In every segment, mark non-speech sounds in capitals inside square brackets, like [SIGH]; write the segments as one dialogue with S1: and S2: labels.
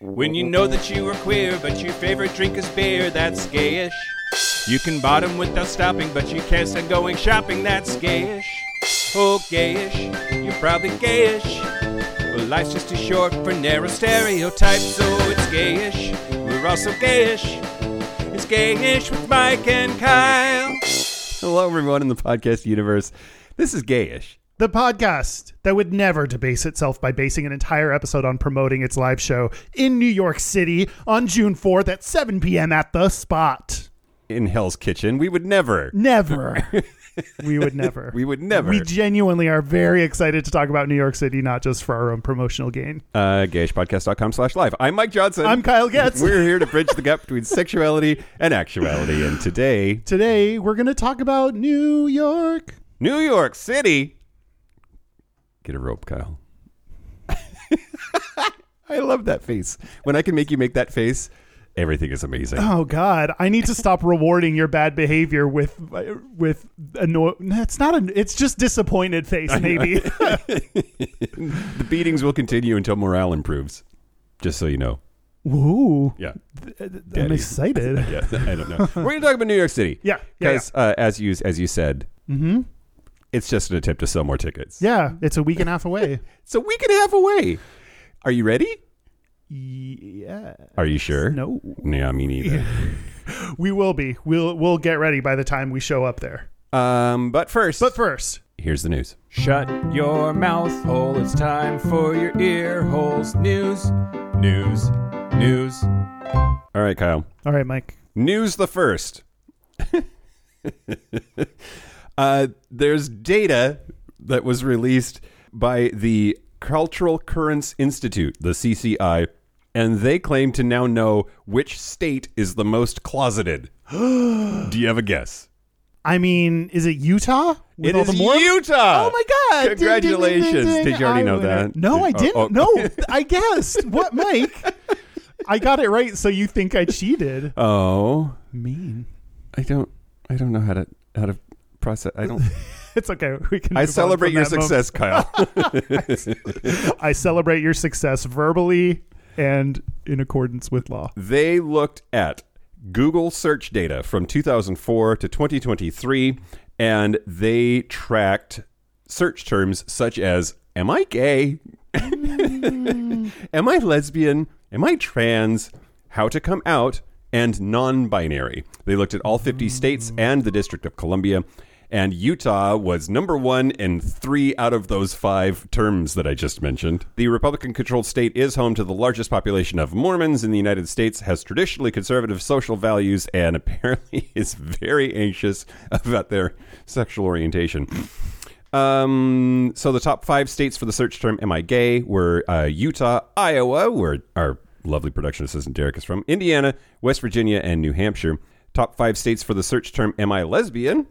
S1: When you know that you are queer, but your favorite drink is beer, that's gayish. You can bottom without stopping, but you can't stand going shopping, that's gayish. Oh, gayish, you're probably gayish. Well, life's just too short for narrow stereotypes, so it's gayish. We're also gayish. It's gayish with Mike and Kyle.
S2: Hello, everyone in the podcast universe. This is gayish.
S3: The podcast that would never debase itself by basing an entire episode on promoting its live show in New York City on June 4th at 7 p.m. at the spot.
S2: In Hell's Kitchen, we would never. [LAUGHS]
S3: Never. we would never.
S2: We would never.
S3: We genuinely are very excited to talk about New York City, not just for our own promotional gain.
S2: Uh, gayishpodcast.com slash live. I'm Mike Johnson.
S3: I'm Kyle Getz.
S2: We're here
S3: [LAUGHS]
S2: to bridge the gap between sexuality and actuality. And today,
S3: Today, we're going to talk about New York.
S2: New York City. Get a rope,
S3: [LAUGHS]
S2: Kyle. I love that face. When I can make you make that face, everything is amazing.
S3: Oh God! I need to stop rewarding your bad behavior with with anno- It's not an. It's just disappointed face.
S2: [LAUGHS]
S3: Maybe
S2: The beatings will continue until morale improves. Just so you know.
S3: Ooh,
S2: Yeah.
S3: I'm
S2: Daddy.
S3: [LAUGHS] excited.
S2: Yeah, [LAUGHS] I don't know. We're going to talk about New York City.
S3: Yeah, yeah, Mm-hmm.
S2: Because uh, as you as you said, it's just an attempt to sell more tickets.
S3: Yeah, it's a week and a
S2: [LAUGHS]
S3: half away.
S2: It's a week and a half away. Are you ready?
S3: yeah.
S2: Are you sure?
S3: No,
S2: No, me neither.
S3: we will be. We'll we'll get ready by the time we show up there.
S2: Um, but first,
S3: But first,
S2: here's the news.
S1: Shut your mouth hole, it's time for your ear holes. News, news, news.
S2: All right, Kyle.
S3: all right, Mike.
S2: News the first. [LAUGHS] uh, there's data that was released by the Cultural Currents Institute, the CCI, and they claim to now know which state is the most closeted. [GASPS] Do you have a guess?
S3: I mean, is it Utah? With
S2: It is Utah.
S3: Oh my God! Ding, ding, ding, ding,
S2: Congratulations!
S3: ding.
S2: Did you already
S3: I
S2: know
S3: win it.
S2: that?
S3: No, I
S2: Did-
S3: didn't.
S2: oh, oh.
S3: No, I guessed.
S2: [LAUGHS]
S3: What, Mike? I got it right. So you think I cheated?
S2: Oh,
S3: Mean.
S2: I don't. I don't know how to how to process. I
S3: [LAUGHS]
S2: don't.
S3: It's okay. We can.
S2: I
S3: move on
S2: celebrate
S3: from
S2: your
S3: that moment.
S2: success,
S3: [LAUGHS]
S2: Kyle.
S3: I celebrate your success verbally and in accordance with law.
S2: they looked at Google search data from 2004 to 2023 and they tracked search terms such as am I gay? am I lesbian? Am I trans? How to come out and non-binary. They looked at all 50 states and the District of Columbia and Utah was number one in three out of those five terms that I just mentioned. The Republican controlled state is home to the largest population of Mormons in the United States, has traditionally conservative social values, and [LAUGHS] apparently is very anxious about their sexual orientation. Um, so the top five states for the search term "Am I gay?" were uh, Utah, Iowa, where our lovely production assistant Derek is from, Indiana, West Virginia, and New Hampshire. Top five states for the search term "Am I lesbian?"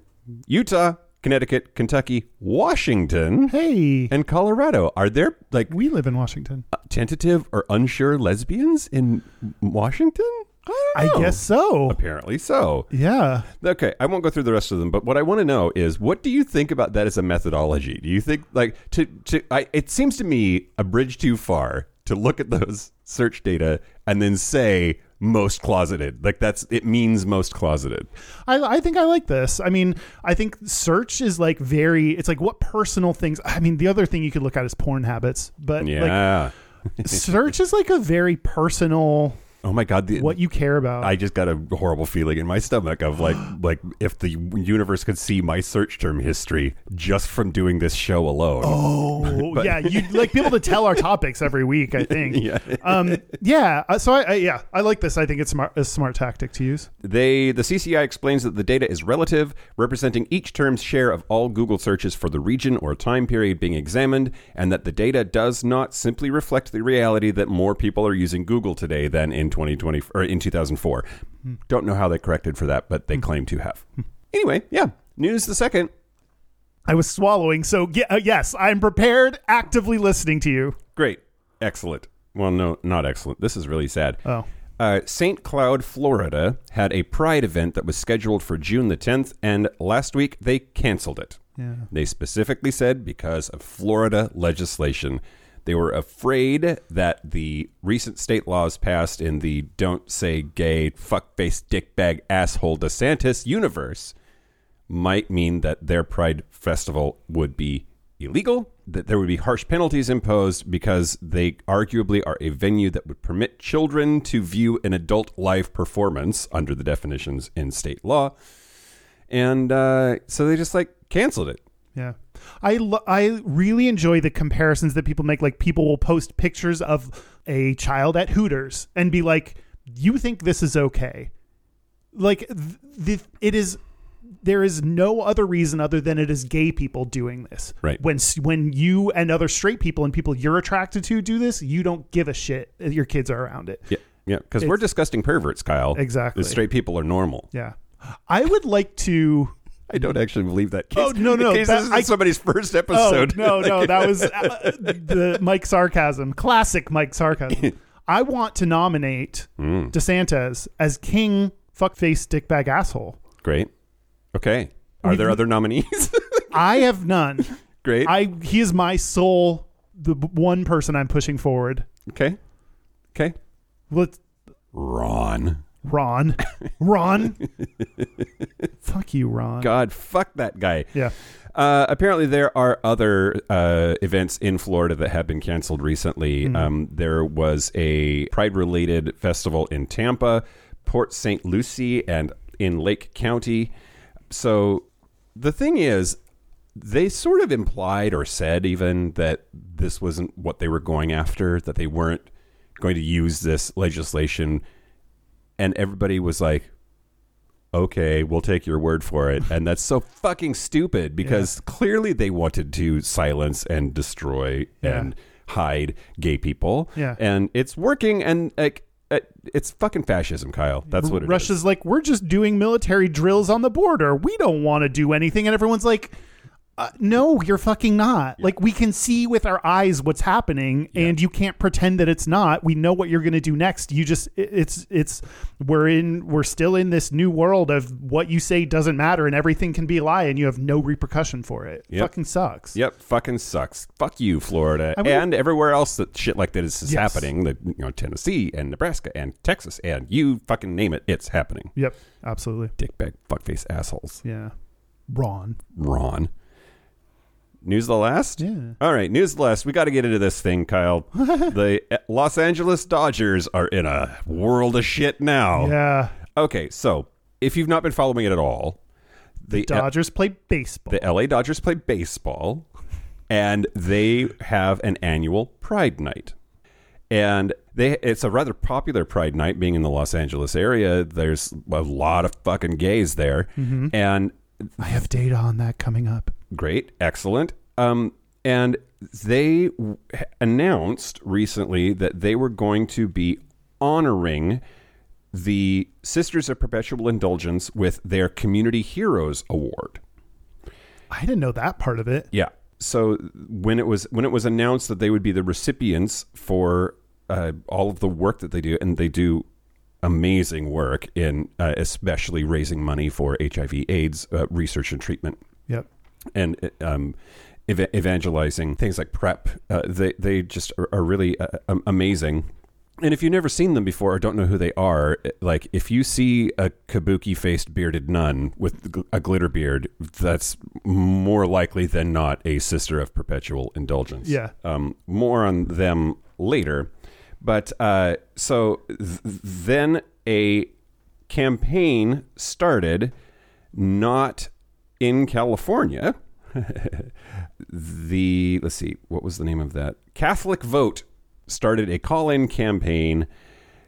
S2: Utah, Connecticut, Kentucky, Washington,
S3: Hey,
S2: and Colorado. Are there like
S3: we live in Washington.
S2: tentative or unsure lesbians in Washington? I
S3: I
S2: don't know.
S3: guess so.
S2: Apparently so.
S3: Yeah.
S2: Okay, I won't go through the rest of them, but what I want to know is what do you think about that as a methodology? Do you think like to to I it seems to me a bridge too far to look at those [LAUGHS] search data and then say most closeted. Like that's it means most closeted.
S3: I, I think I like this. I mean, I think search is like very, it's like what personal things. I mean, the other thing you could look at is porn habits, but
S2: Yeah.
S3: like search is like a very personal,
S2: oh my god, the,
S3: what you care about.
S2: I just got a horrible feeling in my stomach of like like if the universe could see my search term history just from doing this show alone.
S3: oh, yeah. You'd like be able to tell our topics every week, I think. yeah. Um, yeah. uh, So I, I, yeah, I like this. I think it's smart, a smart tactic to use.
S2: They the CCI explains that the data is relative, representing each term's share of all Google searches for the region or time period being examined, and that the data does not simply reflect the reality that more people are using Google today than in 2020 or in 2004. Don't know how they corrected for that, but they claim to have. Anyway, yeah, news the second.
S3: I was swallowing. So ye- uh, yes, I'm prepared, actively listening to you.
S2: Great. Excellent. Well, no, not excellent. This is really sad.
S3: Oh.
S2: Uh, St. Cloud, Florida had a pride event that was scheduled for June the 10th, and last week they canceled it.
S3: Yeah.
S2: They specifically said because of Florida legislation. They were afraid that the recent state laws passed in the don't say gay, fuckface, dickbag, asshole DeSantis universe might mean that their Pride Festival would be illegal, that there would be harsh penalties imposed because they arguably are a venue that would permit children to view an adult live performance under the definitions in state law. And uh, so they just like canceled it.
S3: Yeah. I, lo- I really enjoy the comparisons that people make. Like, people will post pictures of a child at Hooters and be like, you think this is okay? Like, th- th- it is. There is no other reason other than it is gay people doing this.
S2: Right.
S3: When s- when you and other straight people and people you're attracted to do this, you don't give a shit. if Your kids are around it.
S2: Yeah. Yeah. Because we're disgusting perverts, Kyle.
S3: Exactly.
S2: The straight people are normal.
S3: Yeah. I would like to.
S2: I don't actually believe that. Case,
S3: Oh, no,
S2: [LAUGHS]
S3: no,
S2: Case,
S3: that-
S2: this is
S3: I-
S2: somebody's first episode.
S3: Oh, no, no, that was uh, the Mike sarcasm, classic Mike sarcasm. I want to nominate DeSantis as King Fuckface Dickbag Asshole.
S2: Great. Okay. Are there other nominees? [LAUGHS]
S3: I have none.
S2: Great.
S3: I he is my sole, the b- one person I'm pushing forward.
S2: okay. Okay.
S3: Let's
S2: Ron.
S3: Ron, Ron, fuck you,
S2: [LAUGHS]
S3: Ron.
S2: God, fuck that guy.
S3: Yeah,
S2: Uh, apparently, there are other uh, events in Florida that have been canceled recently. Um, there was a Pride related festival in Tampa, Port St. Lucie, and in Lake County. So the thing is, they sort of implied or said even that this wasn't what they were going after, that they weren't going to use this legislation. And everybody was like, okay, we'll take your word for it. And that's so fucking
S3: [LAUGHS]
S2: stupid because clearly they wanted to silence and destroy
S3: Yeah.
S2: and hide gay people.
S3: Yeah.
S2: And it's working and like uh, it's fucking fascism, Kyle. That's what it is.
S3: Russia's like we're just doing military drills on the border. We don't want to do anything, and everyone's like, uh, "No, you're fucking not." Like we can see with our eyes what's happening, and you can't pretend that it's not. We know what you're going to do next. You just it- it's it's we're in we're still in this new world of what you say doesn't matter, and everything can be a lie, and you have no repercussion for it.
S2: Yep.
S3: Fucking sucks.
S2: Yep, fucking sucks. Fuck you, Florida,
S3: I wonder-
S2: and everywhere else that shit like that is is
S3: Yes.
S2: happening. That you know, Tennessee and Nebraska and Texas and you fucking name it, it's happening.
S3: Yep. Absolutely.
S2: Dickbag, fuckface, assholes.
S3: Yeah. Ron.
S2: Ron. News of the last.
S3: Yeah.
S2: All right, news of the last. We got to get into this thing,
S3: [LAUGHS]
S2: Kyle. the uh, Los Angeles Dodgers are in a world of shit now.
S3: Yeah.
S2: Okay, so if you've not been following it at all, the uh,
S3: Dodgers play baseball.
S2: the LA Dodgers play baseball and they have an annual Pride Night. And they it's a rather popular Pride Night being in the Los Angeles area. There's a lot of fucking gays there. And
S3: I have data on that coming up.
S2: great, excellent. Um and they w- announced recently that they were going to be honoring the Sisters of Perpetual Indulgence with their Community Heroes Award.
S3: I didn't know that part of it.
S2: Yeah. So when it was when it was announced that they would be the recipients for uh, all of the work that they do, and they do amazing work in uh, especially raising money for HIV/AIDS uh, research and treatment,
S3: Yep.
S2: and um, ev- evangelizing things like PrEP. Uh, they they just are, are really uh, um, amazing. And if you've never seen them before or don't know who they are, uh, like if you see a kabuki faced bearded nun with gl- a glitter beard, that's more likely than not a sister of perpetual indulgence.
S3: Yeah.
S2: Um, more on them later. But uh, so th- then a campaign started not in California. [LAUGHS] the, let's see, what was the name of that? Catholic Vote started a call in campaign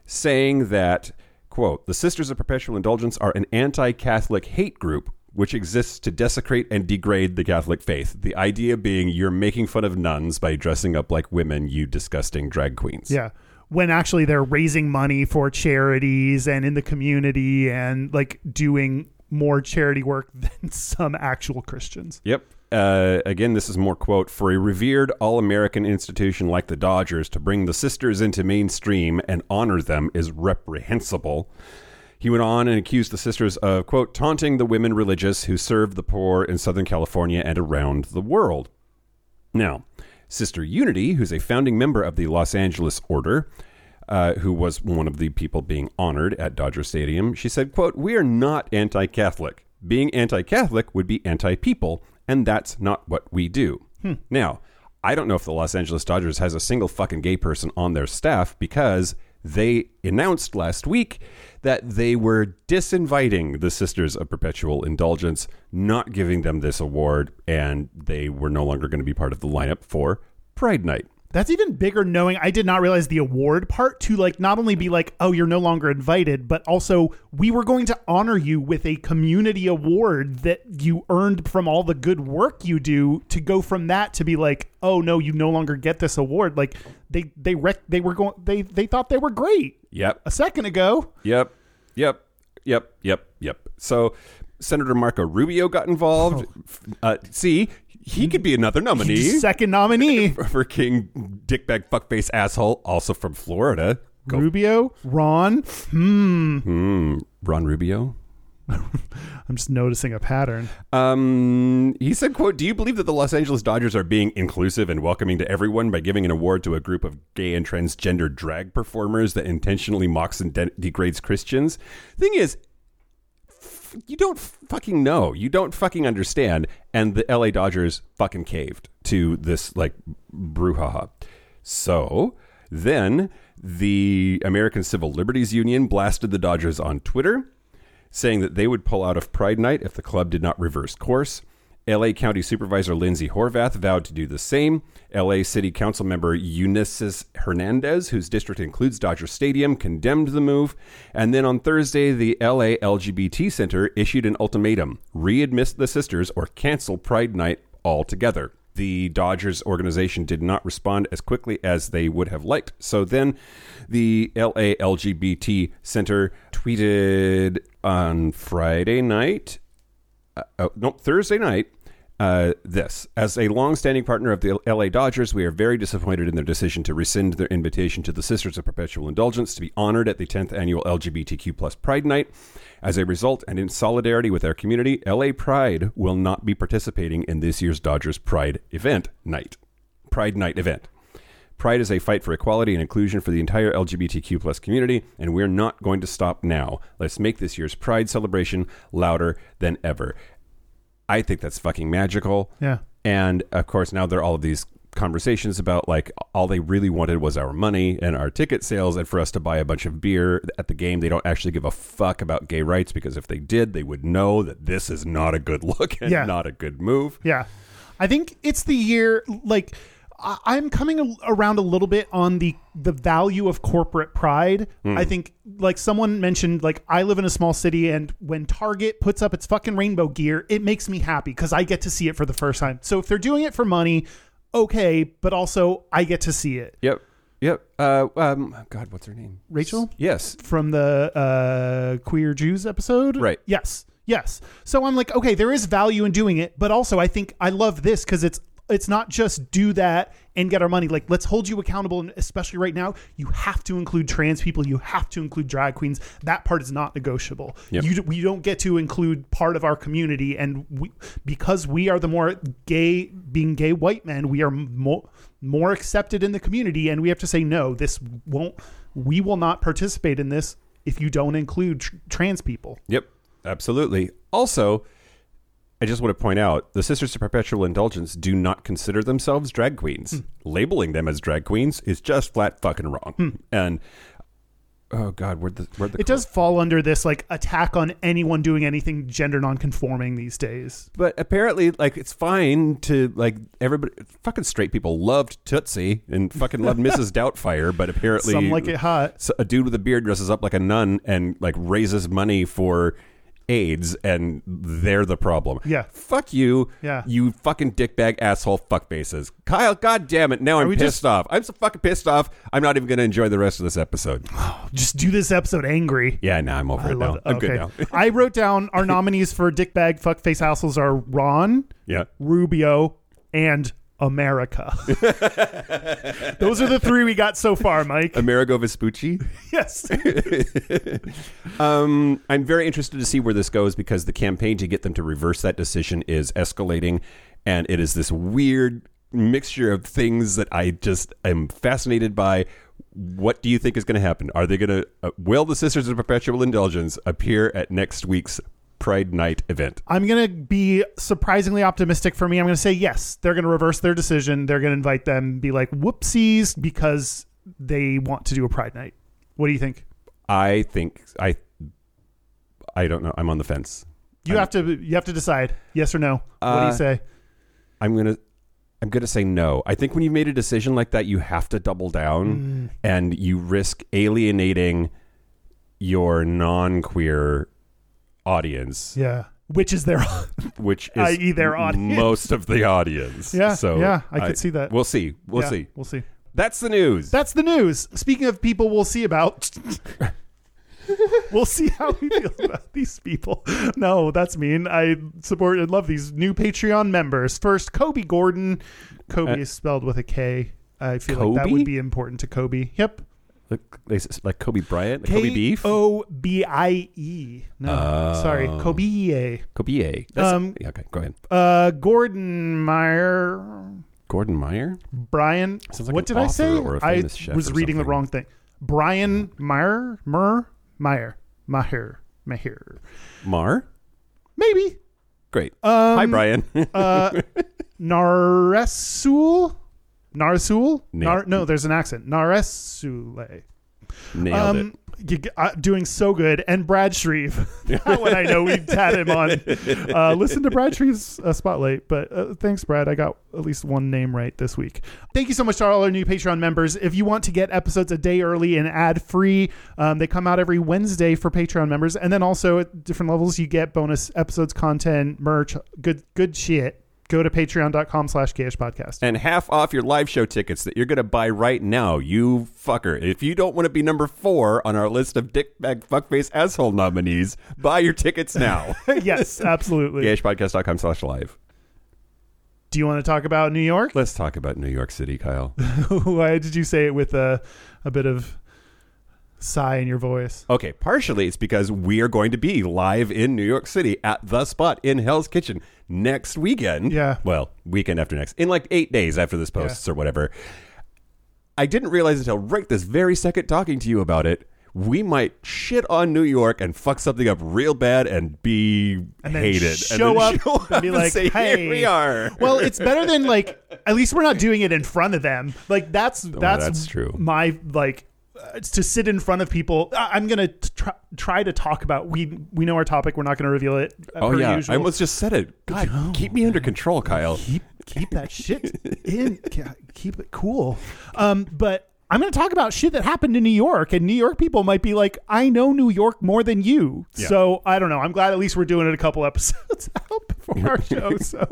S2: saying that, quote, the Sisters of Perpetual Indulgence are an anti Catholic hate group which exists to desecrate and degrade the Catholic faith. The idea being you're making fun of nuns by dressing up like women, you disgusting drag queens.
S3: Yeah. When actually they're raising money for charities and in the community and like doing more charity work [LAUGHS] than some actual Christians.
S2: Yep. Uh, again, this is more quote for a revered all American institution like the Dodgers to bring the sisters into mainstream and honor them is reprehensible. He went on and accused the sisters of quote taunting the women religious who serve the poor in Southern California and around the world. Now, Sister Unity, who's a founding member of the Los Angeles Order, uh, who was one of the people being honored at Dodger Stadium, she said, quote, We are not anti-Catholic. Being anti-Catholic would be anti-people, and that's not what we do. Now, I don't know if the Los Angeles Dodgers has a single fucking gay person on their staff because they announced last week that they were disinviting the Sisters of Perpetual Indulgence, not giving them this award, and they were no longer going to be part of the lineup for Pride Night.
S3: That's even bigger knowing I did not realize the award part to like not only be like, oh, you're no longer invited, but also we were going to honor you with a community award that you earned from all the good work you do to go from that to be like, oh no, you no longer get this award. Like they they rec- they were going they they thought they were great
S2: Yep.
S3: a second ago.
S2: Yep. Yep. Yep. Yep. Yep. So Senator Marco Rubio got involved. Uh, see, he could be another nominee [LAUGHS]
S3: Second nominee.
S2: for King Dickbag Fuckface Asshole, also from Florida. Go,
S3: Rubio, Ron. Hmm.
S2: Ron Rubio.
S3: I'm just noticing a pattern.
S2: Um, he said, "quote Do you believe that the Los Angeles Dodgers are being inclusive and welcoming to everyone by giving an award to a group of gay and transgender drag performers that intentionally mocks and de- degrades Christians?" Thing is, f- you don't fucking know. You don't fucking understand. And the LA Dodgers fucking caved to this like brouhaha. So then the American Civil Liberties Union blasted the Dodgers on Twitter saying that they would pull out of Pride Night if the club did not reverse course. LA County Supervisor Lindsay Horvath vowed to do the same. LA City Council member Eunices Hernandez, whose district includes Dodger Stadium, condemned the move. And then on Thursday, the LA LGBT Center issued an ultimatum readmit the sisters or cancel Pride Night altogether. The Dodgers organization did not respond as quickly as they would have liked. So then the LA LGBT Center tweeted on Friday night uh, no, Thursday night. Uh, this as a long-standing partner of the LA Dodgers, we are very disappointed in their decision to rescind their invitation to the Sisters of Perpetual Indulgence to be honored at the 10th annual LGBTQ plus Pride Night. As a result, and in solidarity with our community, LA Pride will not be participating in this year's Dodgers Pride event night. Pride Night event. Pride is a fight for equality and inclusion for the entire LGBTQ plus community, and we're not going to stop now. Let's make this year's Pride celebration louder than ever. I think that's fucking magical.
S3: Yeah.
S2: And of course, now there are all of these conversations about like all they really wanted was our money and our ticket sales and for us to buy a bunch of beer at the game. They don't actually give a fuck about gay rights because if they did, they would know that this is not a good [LAUGHS] look and
S3: Yeah.
S2: not a good move.
S3: Yeah. I think it's the year like I- I'm coming a- around a little bit on the the value of corporate pride.
S2: Hmm.
S3: I think like someone mentioned like I live in a small city and when Target puts up its fucking rainbow gear, it makes me happy cuz I get to see it for the first time. So if they're doing it for money, okay, but also I get to see it.
S2: Yep. Yep. Uh, um, God, what's her name?
S3: Rachel?
S2: Yes.
S3: from the uh, queer Jews episode.
S2: Right.
S3: Yes. Yes. So I'm like, okay, there is value in doing it, but also I think I love this because it's it's not just do that and get our money. Like, let's hold you accountable, and especially right now, you have to include trans people. You have to include drag queens. That part is not negotiable.
S2: Yep.
S3: You we don't get to include part of our community, and we, because we are the more gay, being gay white men, we are more more accepted in the community, and we have to say no. This won't. We will not participate in this if you don't include tr- trans people.
S2: Yep, absolutely. Also, I just want to point out the Sisters of Perpetual Indulgence do not consider themselves drag queens.
S3: Hmm.
S2: Labeling them as drag queens is just flat fucking wrong. And oh god, where the where the
S3: It does fall under this like attack on anyone doing anything gender nonconforming these days.
S2: but apparently like it's fine to like everybody fucking straight people loved Tootsie and fucking
S3: [LAUGHS]
S2: loved Mrs. Doubtfire, but apparently
S3: Some like it hot.
S2: so a dude with a beard dresses up like a nun and like raises money for AIDS, and they're the problem.
S3: Yeah.
S2: fuck you.
S3: Yeah.
S2: you fucking dickbag asshole fuck faces, Kyle. God damn it! Now I'm
S3: we
S2: pissed
S3: just-
S2: off. I'm so fucking pissed off. I'm not even gonna enjoy the rest of this episode.
S3: Just do this episode angry.
S2: Yeah, now I'm over
S3: I
S2: it now.
S3: love it.
S2: I'm
S3: Okay.
S2: good now. [LAUGHS]
S3: I wrote down our nominees for dickbag fuckface assholes are Ron,
S2: yeah,
S3: Rubio, and America.
S2: [LAUGHS]
S3: Those are the three we got so
S2: [LAUGHS]
S3: far, Mike.
S2: Amerigo Vespucci.
S3: Yes.
S2: Um, I'm very interested to see where this goes because the campaign to get them to reverse that decision is escalating, and it is this weird mixture of things that I just am fascinated by. What do you think is going to happen? Are they going to uh, will the Sisters of Perpetual Indulgence appear at next week's Pride Night event?
S3: I'm going to be surprisingly optimistic for me. I'm going to say yes. They're going to reverse their decision. They're going to invite them, be like, whoopsies, because they want to do a Pride Night. What do you think?
S2: I think I I don't know. I'm on the fence.
S3: You have to you have to decide yes or no. what do
S2: Uh,
S3: you say?
S2: I'm gonna I'm gonna say no. I think when you've made a decision like that, you have to double
S3: Mm.
S2: down and you risk alienating your non queer audience,
S3: Yeah. Which is their [LAUGHS]
S2: which is
S3: i.e. E their
S2: m-
S3: audience.
S2: most of the audience.
S3: Yeah,
S2: So
S3: yeah, I could see that.
S2: We'll see. We'll
S3: Yeah,
S2: see.
S3: We'll see.
S2: That's the news.
S3: That's the news. Speaking of people we'll
S2: [LAUGHS]
S3: see about We'll see how we feel about these people. No, that's mean. I support and love these new Patreon members. First, Kobe Gordon. Kobe
S2: Uh,
S3: is spelled with a K. I feel like that
S2: Kobe?
S3: would be important to Kobe. Yep.
S2: like, they s- like Kobe Bryant, like Kobe Beef, Oh.
S3: O B I E. No, sorry, Kobe.
S2: Kobe. That's,
S3: Um,
S2: yeah, okay, go ahead.
S3: Uh, Gordon Meyer.
S2: Gordon Meyer.
S3: Brian.
S2: Sounds like
S3: what
S2: an
S3: did I
S2: author
S3: say?
S2: or a
S3: I
S2: famous chef
S3: was
S2: or
S3: reading the
S2: something.
S3: wrong thing. Brian Meyer, Mer, Meyer, Meyer, Meyer.
S2: Mar.
S3: Maybe. Um, uh,
S2: Great. Hi, Brian. [LAUGHS]
S3: Naresul? Naresul?
S2: Na-
S3: Nar- no, there's an accent. Naresule. um,
S2: Nailed it.
S3: you g- uh, doing so good. And Brad Shreve. [LAUGHS] that one I know we've had him on. Uh,
S2: [LAUGHS]
S3: listen to Brad Shreve's uh, spotlight. But uh, thanks, Brad. I got at least one name right this week. Thank you so much to all our new Patreon members. If you want to get episodes a day early and ad free, um, they come out every Wednesday for Patreon members. And then also at different levels, you get bonus episodes, content, merch, good good shit. Go to patreon.com slash KH podcast.
S2: [LAUGHS] and half off your live show tickets that you're going to buy right now, you fucker. If you don't want to be number four on our list of dickbag fuckface asshole nominees, buy your tickets now.
S3: yes, absolutely.
S2: gashpodcast.com slash live.
S3: Do you want to talk about New York?
S2: Let's talk about New York City, Kyle.
S3: [LAUGHS] Why did you say it with a, a bit of sigh in your voice?
S2: Okay, partially it's because we are going to be live in New York City at the spot in Hell's Kitchen next weekend.
S3: Yeah.
S2: Well, weekend after next, in like eight days after this posts or whatever. I didn't realize until right this very second talking to you about it. We might shit on New York and fuck something up real bad and be
S3: then
S2: hated.
S3: show up and be like,
S2: say,
S3: "Hey."
S2: here we are.
S3: Well, it's better than like at least we're not doing it in front of them. Like that's that's,
S2: Oh, that's true.
S3: My like uh, it's to sit in front of people. I- I'm gonna try, try to talk about we we know our topic. We're not gonna reveal it. uh,
S2: oh
S3: per
S2: yeah,
S3: usual.
S2: I almost just said it. God, keep me under control, Kyle.
S3: keep keep that shit in keep it cool um but i'm going to talk about shit that happened in new york and new york people might be like i know new york more than you so i don't know i'm glad at least we're doing it a couple episodes [LAUGHS] out before our show so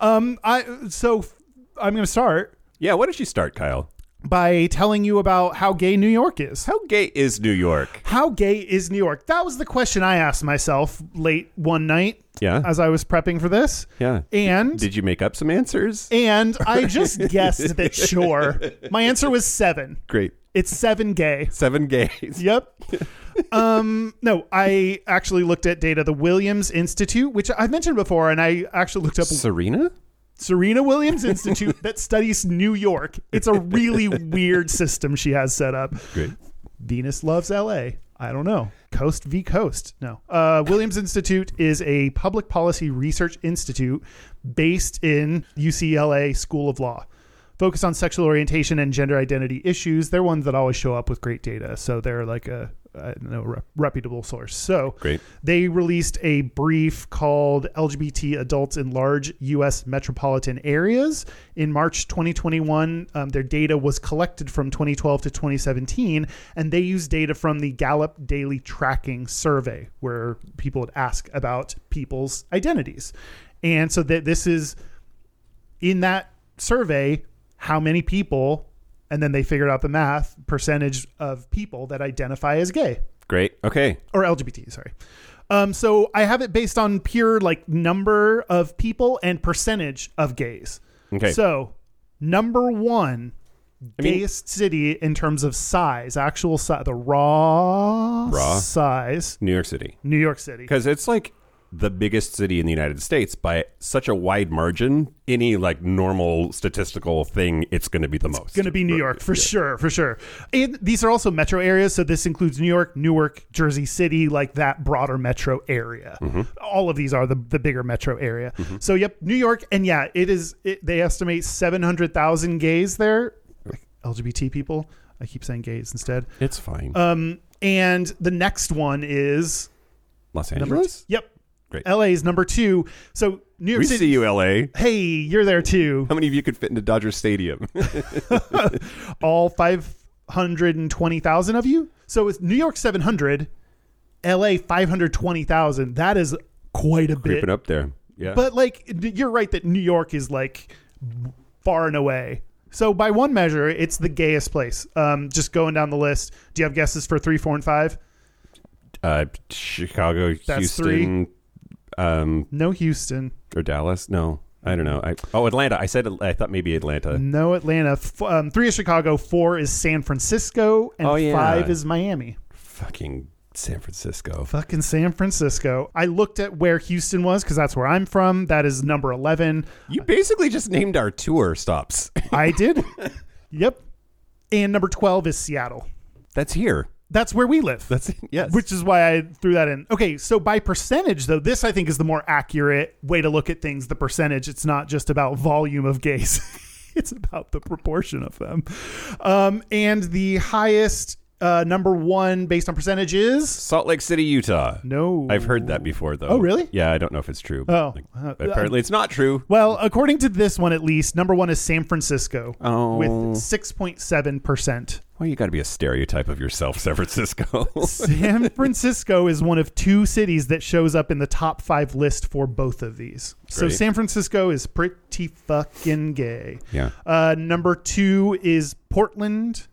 S3: um i so f- i'm going to start
S2: Yeah, why don't you start, Kyle?
S3: by telling you about how gay new york is
S2: How gay is New York?
S3: how gay is New York? That was the question I asked myself late one night
S2: Yeah.
S3: as I was prepping for this.
S2: Yeah.
S3: And
S2: Did you make up some answers?
S3: And I just guessed that sure. My answer was seven.
S2: Great.
S3: It's seven gay.
S2: Seven gays.
S3: [LAUGHS] Yep. um no, I actually looked at data the Williams Institute, which I've mentioned before, and I actually looked up
S2: Serena?
S3: Serena Williams Institute that studies New York. It's a really weird system she has set up.
S2: Great.
S3: Venus loves LA. I don't know. Coast v Coast. No. Uh, Williams Institute is a public policy research institute based in UCLA School of Law. Focused on sexual orientation and gender identity issues. They're ones that always show up with great data. So they're like a, I don't know, rep- reputable source. So
S2: Great.
S3: they released a brief called LGBT Adults in Large U.S. Metropolitan Areas in March 2021. Um, their data was collected from 2012 to 2017, and they used data from the Gallup Daily Tracking Survey, where people would ask about people's identities. And so that this is in that survey how many people, and then they figured out the math percentage of people that identify as gay
S2: Great. Okay.
S3: or LGBT, sorry. Um, so I have it based on pure like number of people and percentage of gays.
S2: Okay.
S3: So number one,
S2: mean-
S3: gayest city in terms of size, actual size, the raw,
S2: Raw.
S3: size,
S2: New York City.
S3: New York City.
S2: Because it's like the biggest city in the United States by such a wide margin. Any like normal statistical thing, it's going to be the most.
S3: going to be New York for sure, for sure. And these are also metro areas, so this includes New York, Newark, Jersey City, like that broader metro area.
S2: Mm-hmm.
S3: All of these are the, the bigger metro area. So, yep, New York, and yeah, it is. It, they estimate seven hundred thousand gays there, like LGBT people. I keep saying gays instead.
S2: It's fine.
S3: Um, and the next one is
S2: Los
S3: number
S2: Angeles.
S3: Yep,
S2: Great.
S3: LA is number two. So New York
S2: We
S3: City.
S2: see you, LA.
S3: Hey, you're there too.
S2: How many of you could fit into Dodger
S3: [LAUGHS]
S2: Stadium?
S3: all 520,000 of you. So with New York 700, LA 520,000. That is quite a bit.
S2: Creeping up there. Yeah.
S3: But like you're right that New York is like far and away. So by one measure, it's the gayest place. Um, just going down the list. Do you have guesses for three, four, and five?
S2: uh, Chicago,
S3: That's
S2: Houston, um,
S3: No Houston,
S2: or Dallas? No, I don't know. I, oh, Atlanta. I said I thought maybe Atlanta.
S3: no Atlanta. F- um, three is Chicago. Four is San Francisco, and
S2: Oh, yeah.
S3: five is Miami.
S2: Fucking San Francisco.
S3: Fucking San Francisco. I looked at where Houston was because that's where I'm from. That is number 11.
S2: You basically just named our tour stops. [LAUGHS]
S3: I did. yep. And number 12 is Seattle.
S2: That's here.
S3: That's where we live.
S2: That's yes.
S3: Which is why I threw that in. Okay, so by percentage, though, this I think is the more accurate way to look at things the percentage. It's not just about volume of gays, [LAUGHS] it's about the proportion of them. Um, and the highest uh, number one based on percentage is.
S2: Salt Lake City, Utah.
S3: No.
S2: I've heard that before though.
S3: Oh, really?
S2: Yeah, I don't know if it's true.
S3: Oh.
S2: Like,
S3: Uh,
S2: apparently it's not true.
S3: Well, according to this one at least, number one is San Francisco
S2: Oh.
S3: with 6.7%.
S2: Well, you got to be a stereotype of yourself, San Francisco.
S3: San Francisco is one of two cities that shows up in the top five list for both of these. So
S2: Great.
S3: San Francisco is pretty fucking gay.
S2: [LAUGHS] yeah.
S3: Uh, number two is Portland.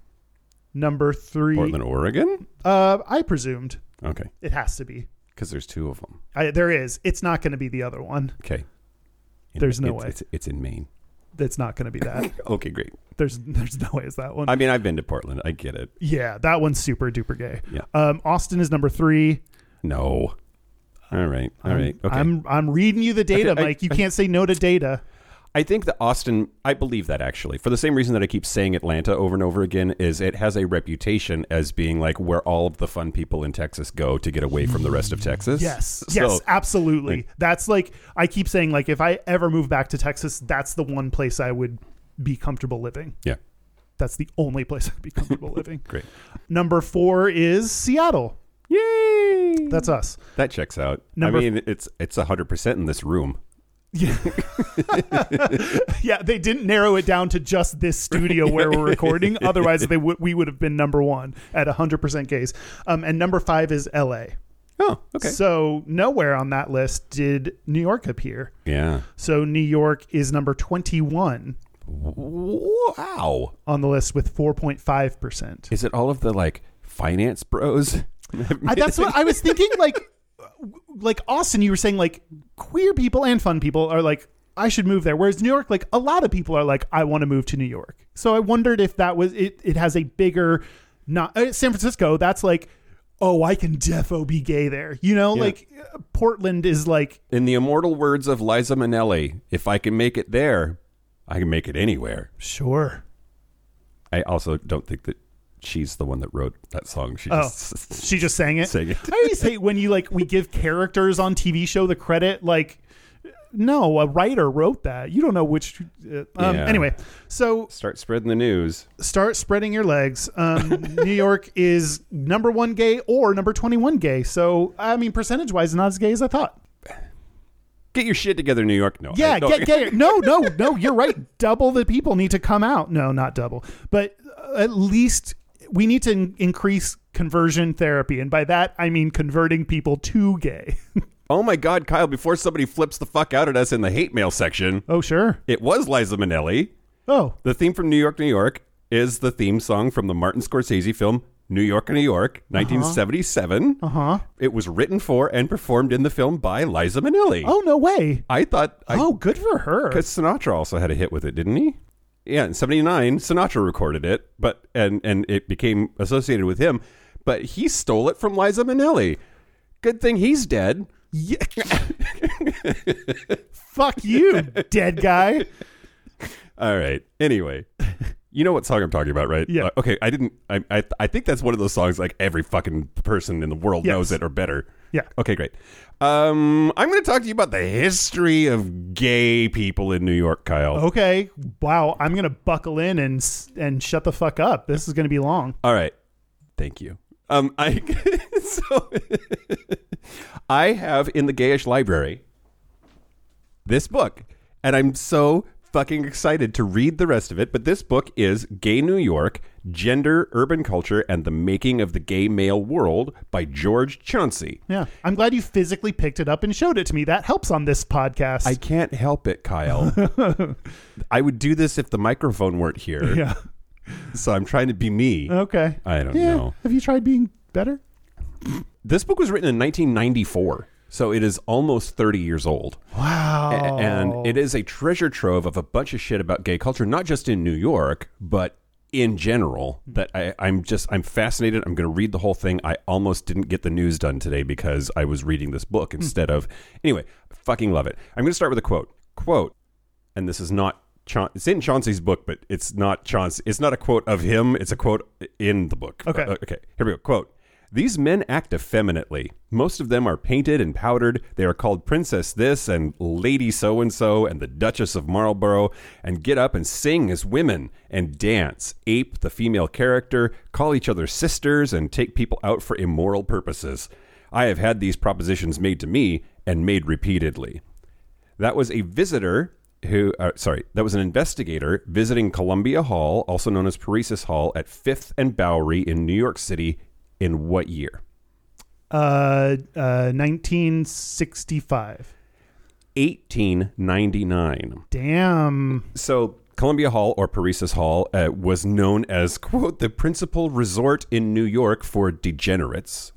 S3: Number three,
S2: Portland, Oregon.
S3: Uh, I presumed
S2: Okay,
S3: it has to be.
S2: because there's two of them.
S3: I, there is. It's not going to be the other one.
S2: Okay. In-
S3: There's no
S2: it's-
S3: way.
S2: It's, it's in Maine.
S3: That's not going to be that.
S2: Okay, great.
S3: there's there's no way it's that one.
S2: I mean, I've been to Portland. I get it.
S3: yeah, that one's super duper gay.
S2: Yeah.
S3: Um, Austin is number three.
S2: No. All right. All
S3: I'm-
S2: right. Okay.
S3: I'm I'm reading you the data,
S2: Okay, I-
S3: Mike. you
S2: I-
S3: can't say no
S2: [LAUGHS]
S3: to data.
S2: I think that Austin, I believe that actually, for the same reason that I keep saying Atlanta over and over again, is it has a reputation as being like where all of the fun people in Texas go to get away from the rest of Texas.
S3: Yes.
S2: So,
S3: Yes, absolutely. that's like I keep saying like if I ever move back to Texas, that's the one place I would be comfortable living.
S2: Yeah.
S3: That's the only place I'd be comfortable
S2: [LAUGHS]
S3: living.
S2: Great.
S3: Number 4 is Seattle.
S2: Yay.
S3: That's us.
S2: that checks out.
S3: Number-
S2: I mean, it's it's hundred percent in this room.
S3: Yeah. yeah, they didn't narrow it down to just this studio where
S2: [LAUGHS]
S3: we're recording. Otherwise, they would we would have been number 1 at 100% case. Um and number 5 is LA.
S2: Oh, okay.
S3: So, nowhere on that list did New York appear.
S2: yeah.
S3: So, New York is number 21
S2: Wow.
S3: on the list with 4.5%.
S2: Is it all of the like finance bros? [LAUGHS]
S3: I, that's what I was thinking. Like, like Austin, you were saying like queer people and fun people are like, I should move there. Whereas New York, like a lot of people are like, I want to move to New York. So I wondered if that was it. It has a bigger, not uh, San Francisco. That's like, oh, I can defo be gay there. You know,
S2: Yeah.
S3: like uh, Portland is like,
S2: In the immortal words of Liza Minnelli, if I can make it there, I can make it anywhere.
S3: sure.
S2: I also don't think that she's the one that wrote that song. She
S3: Oh.
S2: just
S3: She just sang it.
S2: sang it.
S3: I always hate when you like we give characters on TV show the credit like no, a writer wrote that. You don't know which. Uh, um,
S2: Yeah.
S3: Anyway, so
S2: Start spreading the news.
S3: start spreading your legs.
S2: [LAUGHS]
S3: Um, New York is number one gay or number twenty-one gay. So I mean, percentage wise, not as gay as I thought.
S2: Get your shit together, New York. No,
S3: Yeah,
S2: I don't-
S3: get gay. No, no, no. You're right. Double the people need to come out. No, not double, but uh, at least we need to in- increase conversion therapy, and by that I mean converting people to gay. [LAUGHS]
S2: Oh my God, Kyle! Before somebody flips the fuck out at us in the hate mail section,
S3: Oh sure.
S2: it was Liza Minnelli.
S3: Oh,
S2: The theme from New York, New York is the theme song from the Martin Scorsese film New York, New York,
S3: Uh-huh.
S2: 1977. Uh huh. It was written for and performed in the film by Liza Minnelli.
S3: Oh no way!
S2: I thought I
S3: oh, good for her.
S2: Because Sinatra also had a hit with it, didn't he? Yeah, in '79, Sinatra recorded it, but and and it became associated with him. But he stole it from Liza Minnelli. Good thing he's dead.
S3: [LAUGHS]
S2: [LAUGHS]
S3: Yeah. Fuck you, dead guy.
S2: All right. Anyway, [LAUGHS] you know what song I'm talking about, right?
S3: Yeah.
S2: Uh, okay. I didn't. I, I I think that's one of those songs like every fucking person in the world
S3: Yes.
S2: knows it or better.
S3: Yeah.
S2: Okay. Great. Um, I'm going to talk to you about the history of gay people in New York, Kyle.
S3: Okay. Wow. I'm gonna buckle in and s- and shut the fuck up. This is gonna be long.
S2: All right. Thank you. Um, I [LAUGHS] so I have in the gayish library this book, and I'm so fucking excited to read the rest of it. But this book is Gay New York: Gender, Urban Culture, and the Making of the Gay Male World by George Chauncey.
S3: Yeah. I'm glad you physically picked it up and showed it to me. That helps on this podcast.
S2: I can't help it, Kyle.
S3: [LAUGHS]
S2: I would do this if the microphone weren't here.
S3: yeah.
S2: So I'm trying to be me.
S3: Okay.
S2: I don't
S3: yeah.
S2: know.
S3: Have you tried being better?
S2: This book was written in 1994, so it is almost 30 years old.
S3: Wow.
S2: A- And it is a treasure trove of a bunch of shit about gay culture, not just in New York, but in general. That I, I'm just, I'm fascinated. I'm going to read the whole thing. I almost didn't get the news done today because I was reading this book instead of. Anyway, I fucking love it. I'm going to start with a quote. Quote, and this is not. Cha- It's in Chauncey's book, but it's not Chauncey. It's not a quote of him. It's a quote in the book.
S3: Okay.
S2: Uh, okay. Here we go. Quote. These men act effeminately. Most of them are painted and powdered. They are called Princess This and Lady So and So and the Duchess of Marlborough and get up and sing as women and dance, ape the female character, call each other sisters, and take people out for immoral purposes. I have had these propositions made to me and made repeatedly. That was a visitor who, uh, sorry, that was an investigator visiting Columbia Hall, also known as Paresis Hall, at Fifth and Bowery in New York City in what year?
S3: uh, uh, 1965.
S2: 1899.
S3: Damn.
S2: So, Columbia Hall or Paresis Hall uh, was known as, [LAUGHS] quote, the principal resort in New York for degenerates.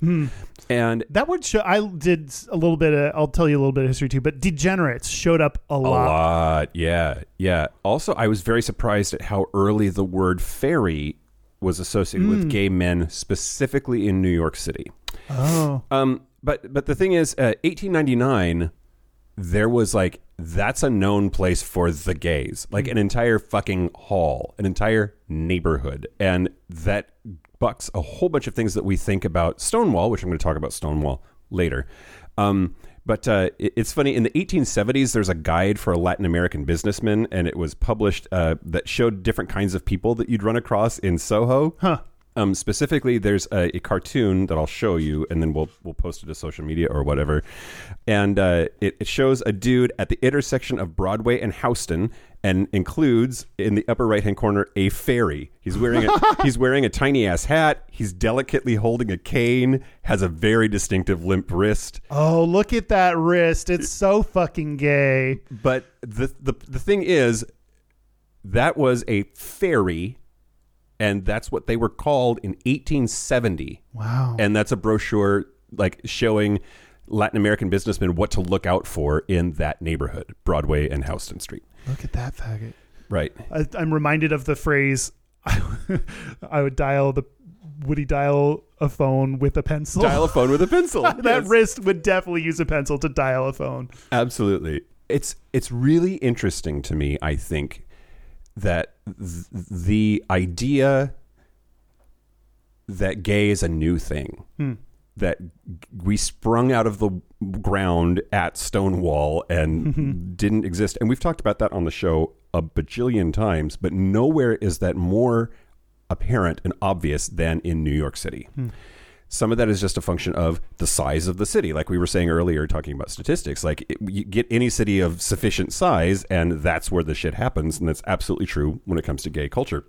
S2: And
S3: That would show. I did a little bit. Of, I'll tell you a little bit of history too. But degenerates showed up a
S2: A
S3: lot.
S2: lot. Yeah. Yeah. Also, I was very surprised at how early the word fairy was associated with gay men, specifically in New York City.
S3: Oh,
S2: Um, but but the thing is, uh, 1899, there was like that's a known place for the gays, like an entire fucking hall, an entire neighborhood, and that bucks a whole bunch of things that we think about Stonewall, which I'm going to talk about Stonewall later. Um, but uh, it- it's funny in the 1870s, there's a guide for Latin American businessmen, and it was published uh, that showed different kinds of people that you'd run across in Soho.
S3: huh.
S2: Um, specifically, there's a, a cartoon that I'll show you, and then we'll we'll post it to social media or whatever. And uh, it, it shows a dude at the intersection of Broadway and Houston, and includes in the upper right hand corner a fairy. He's wearing [LAUGHS] a, he's wearing a tiny ass hat. He's delicately holding a cane. Has a very distinctive limp wrist.
S3: Oh, look at that wrist. It's so fucking gay.
S2: But the the the thing is, that was a fairy, and that's what they were called in 1870.
S3: Wow.
S2: and that's a brochure like showing Latin American businessmen what to look out for in that neighborhood, Broadway and Houston Street.
S3: look at that faggot.
S2: Right.
S3: I, I'm reminded of the phrase. [LAUGHS] I would dial the. Would he dial a phone with a pencil?
S2: Dial a phone with a pencil.
S3: [LAUGHS] that
S2: Yes.
S3: wrist would definitely use a pencil to dial a phone.
S2: Absolutely. It's it's really interesting to me, I think, that th- the idea that gay is a new thing. That g- we sprung out of the ground at Stonewall and didn't exist. And we've talked about that on the show a bajillion times, but nowhere is that more apparent and obvious than in New York City some of that is just a function of the size of the city like we were saying earlier talking about statistics like it, you get any city of sufficient size and that's where the shit happens and that's absolutely true when it comes to gay culture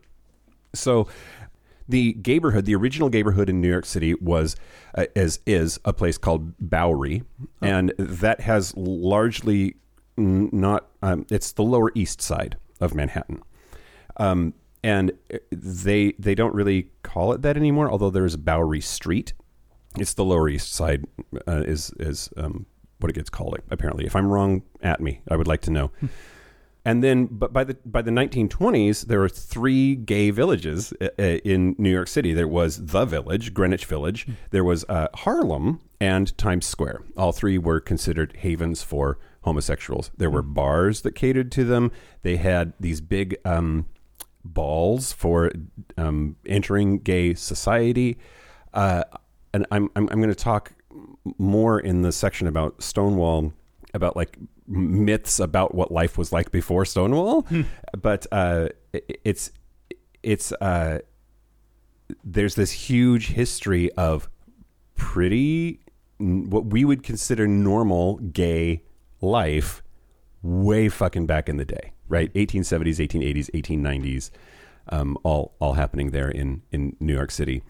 S2: so the gayborhood, the original gayborhood in New York City was uh, is is a place called Bowery, and that has largely n- not. Um, it's the Lower East Side of Manhattan, um, and uh, they they don't really call it that anymore. Although there is Bowery Street, it's the Lower East Side uh, is is um, what it gets called apparently. If I'm wrong, at me. I would like to know. And then, but by the by the 1920s, there were three gay villages uh, uh, in New York City. There was the Village, Greenwich Village. There was uh, Harlem and Times Square. All three were considered havens for homosexuals. There were bars that catered to them. They had these big um, balls for um, entering gay society. Uh, and I'm, I'm, I'm going to talk more in the section about Stonewall, about like myths about what life was like before Stonewall. But uh, i- it's, it's, uh, there's this huge history of pretty n- what we would consider normal gay life way fucking back in the day right 1870s 1880s 1890s um, all all happening there in in new york city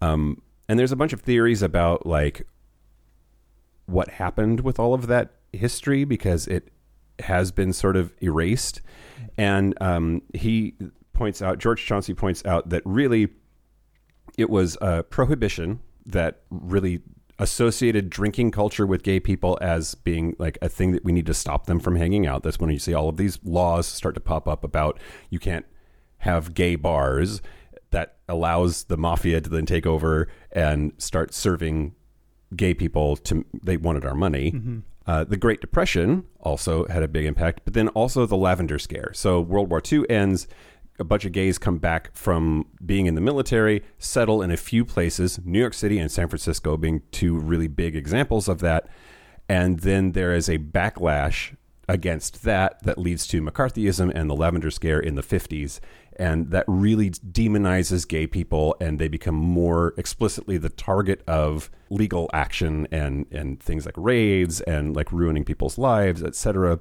S2: um, and there's a bunch of theories about like what happened with all of that history because it has been sort of erased. And um, he points out, George Chauncey points out that really it was uh, prohibition that really associated drinking culture with gay people as being like a thing that we need to stop them from hanging out. That's when you see all of these laws start to pop up about you can't have gay bars that allows the mafia to then take over and start serving gay people to they wanted our money. Uh, the Great Depression also had a big impact, but then also the Lavender Scare. So World War II ends. A bunch of gays come back from being in the military, settle in a few places, New York City and San Francisco being two really big examples of that. And then there is a backlash against that that leads to McCarthyism and the Lavender Scare in the 50s. And that really demonizes gay people, and they become more explicitly the target of legal action and, and things like raids and like ruining people's lives, etc.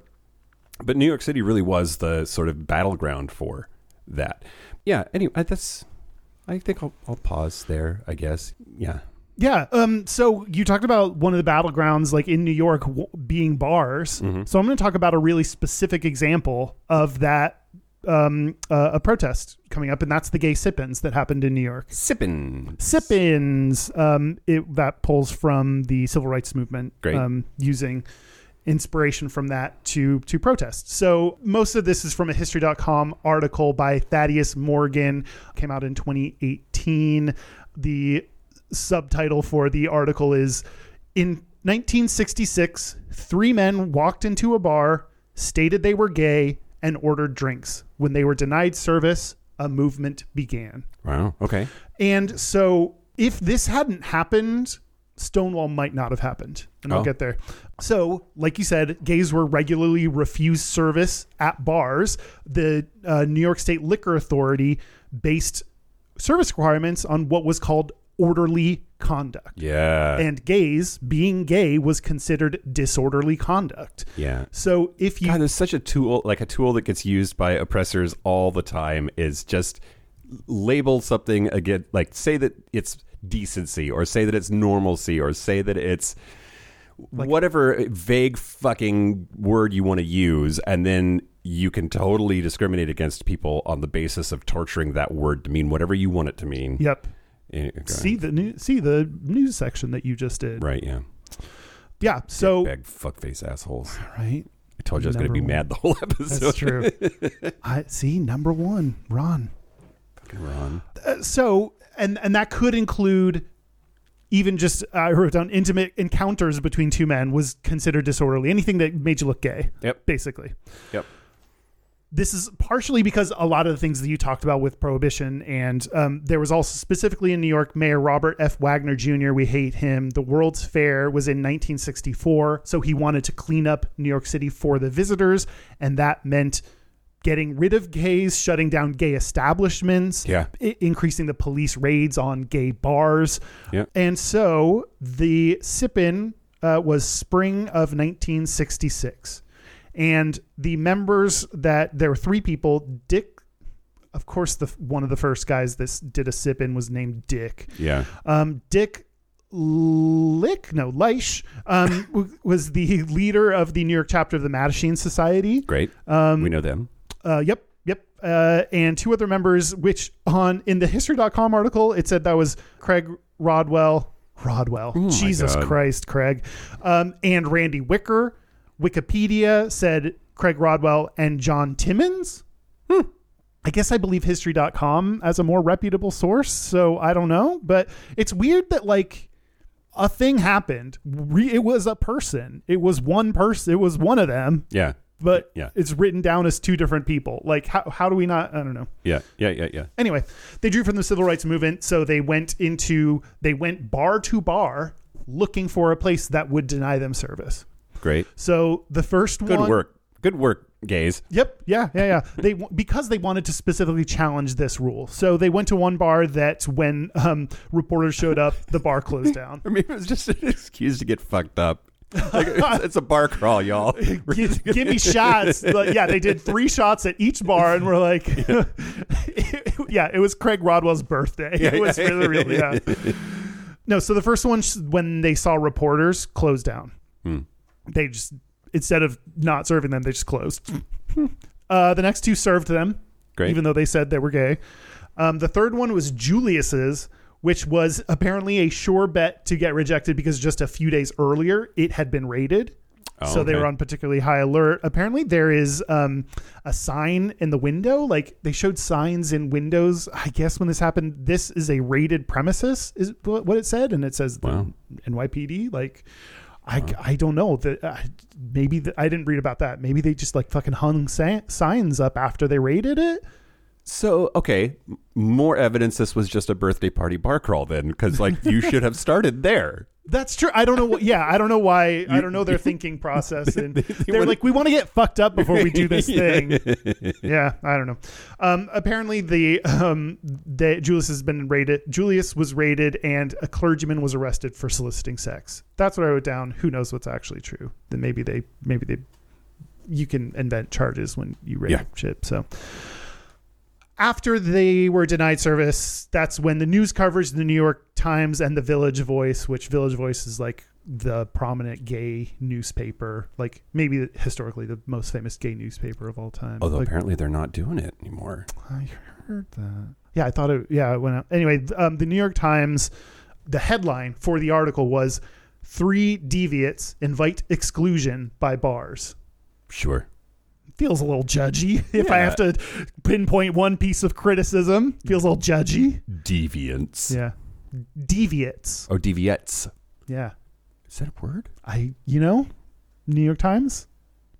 S2: But New York City really was the sort of battleground for that. Yeah. Anyway, I- that's. I think I'll, I'll pause there. I guess. Yeah.
S3: Yeah. Um. So you talked about one of the battlegrounds, like in New York, w- being bars. So I'm going to talk about a really specific example of that. Um. Uh, a protest coming up, and that's the gay sip-ins that happened in New York.
S2: Sippin.
S3: Sip-ins. Um. It that pulls from the civil rights movement.
S2: Great.
S3: Um. Using inspiration from that to to protest. So most of this is from a history.com article by Thaddeus Morgan came out in 2018. The subtitle for the article is in 1966 three men walked into a bar, stated they were gay and ordered drinks. When they were denied service, a movement began.
S2: Wow. Okay.
S3: And so if this hadn't happened, Stonewall might not have happened. And
S2: Oh.
S3: I'll get there. So, like you said, gays were regularly refused service at bars. The uh, New York State Liquor Authority based service requirements on what was called orderly conduct.
S2: Yeah.
S3: And gays, being gay, was considered disorderly conduct.
S2: yeah.
S3: So if you
S2: God, there's such a tool, like a tool that gets used by oppressors all the time is just label something again, like say that it's decency or say that it's normalcy or say that it's whatever vague fucking word you want to use. And then you can totally discriminate against people on the basis of torturing that word to mean whatever you want it to mean.
S3: Yep.
S2: Eh, okay.
S3: See the new, see the news section that you just did.
S2: Right. Yeah.
S3: Yeah. So
S2: Bag fuckface assholes.
S3: right.
S2: I told you I was going to
S3: Number
S2: be
S3: one.
S2: mad the whole [LAUGHS] episode.
S3: That's true. I see number one, Ron.
S2: Ron.
S3: Uh, so, and and that could include even just uh, I wrote down intimate encounters between two men was considered disorderly. Anything that made you look gay,
S2: Yep.
S3: basically.
S2: Yep.
S3: This is partially because a lot of the things that you talked about with prohibition, and um, there was also specifically in New York, Mayor Robert F. Wagner Jr. We hate him. The World's Fair was in 1964, so he wanted to clean up New York City for the visitors, and that meant getting rid of gays, shutting down gay establishments,
S2: Yeah.
S3: i- increasing the police raids on gay bars.
S2: Yeah.
S3: And so the Sippin uh, was spring of 1966. And the members that there were three people, Dick, of course, the one of the first guys this did a sip in was named Dick.
S2: Yeah.
S3: Um, Dick Lick, no, Leish, um, [LAUGHS] w- was the leader of the New York chapter of the Mattachine Society.
S2: Great. Um, we know them.
S3: Uh, yep, yep. Uh, and two other members, which on in the history.com article, it said that was Craig Rodwell. Rodwell. Jesus
S2: God.
S3: Christ, Craig. Um, and Randy Wicker. Wikipedia said Craig Rodwell, and John Timmons. I guess I believe history.com as a more reputable source, so I don't know. But it's weird that, like, a thing happened. Re- it was a person. It was one person. It was one of them,
S2: Yeah.
S3: but
S2: Yeah.
S3: it's written down as two different people. Like, how, how do we not? I don't know
S2: Yeah. Yeah. Yeah. Yeah.
S3: anyway, they drew from the civil rights movement, so they went into they went bar to bar looking for a place that would deny them service.
S2: Great.
S3: So the first
S2: Good
S3: one,
S2: work. Good work, gays.
S3: Yep. Yeah. Yeah. Yeah. they because they wanted to specifically challenge this rule, so they went to one bar that when um, reporters showed up, the bar closed down.
S2: I mean, [LAUGHS] it was just an excuse to get fucked up. Like,
S3: [LAUGHS]
S2: it's, it's a bar crawl, y'all. We're
S3: Give, give me shots. Like, yeah, they did three shots at each bar, and we're like, [LAUGHS] yeah, it, was Craig Rodwell's birthday. [LAUGHS] it was really, really, yeah. No, so the first one, sh- when they saw reporters, closed down. They just, instead of not serving them, they just closed. [LAUGHS] uh, the next two served them,
S2: Great.
S3: even though they said they were gay. Um, the third one was Julius's, which was apparently a sure bet to get rejected because just a few days earlier it had been raided. so they
S2: Oh, okay.
S3: were on particularly high alert. Apparently, there is um, a sign in the window. Like they showed signs in windows. I guess when this happened, this is a raided premises, is wh- what it said, and it says the
S2: Wow.
S3: NYPD. Like, I, I don't know that uh, maybe the, I didn't read about that. Maybe they just like fucking hung sa- signs up after they raided it.
S2: So okay, m- more evidence this was just a birthday party bar crawl then, because like you should have started
S3: [LAUGHS]
S2: there.
S3: That's true. I don't know. What, yeah, I don't know why. I don't [LAUGHS] know their thinking process. And they, are
S2: wanna-
S3: like, we want to get fucked up before we do [LAUGHS] this thing. yeah, I don't know. Um, apparently, the um, the Julius has been raided. Julius was raided, and a clergyman was arrested for soliciting sex. That's what I wrote down. Who knows what's actually true? Then maybe they maybe they you can invent charges when you raid
S2: Yeah.
S3: shit. So after they were denied service, that's when the news coverage, the New York Times and the Village Voice, which Village Voice is like the prominent gay newspaper, like maybe the- historically the most famous gay newspaper of all time.
S2: Although
S3: Like,
S2: apparently they're not doing it anymore.
S3: I heard that. Yeah, I thought it. Yeah, it went out. Anyway, th- um, the New York Times, the headline for the article was Three Deviates Invite Exclusion by Bars.
S2: Sure.
S3: Feels a little judgy [LAUGHS] if I
S2: Yeah.
S3: have to pinpoint one piece of criticism. Feels a little judgy.
S2: Deviants.
S3: Yeah. Deviates.
S2: Oh, deviates.
S3: Yeah.
S2: Is that a word?
S3: I, you know, New York Times?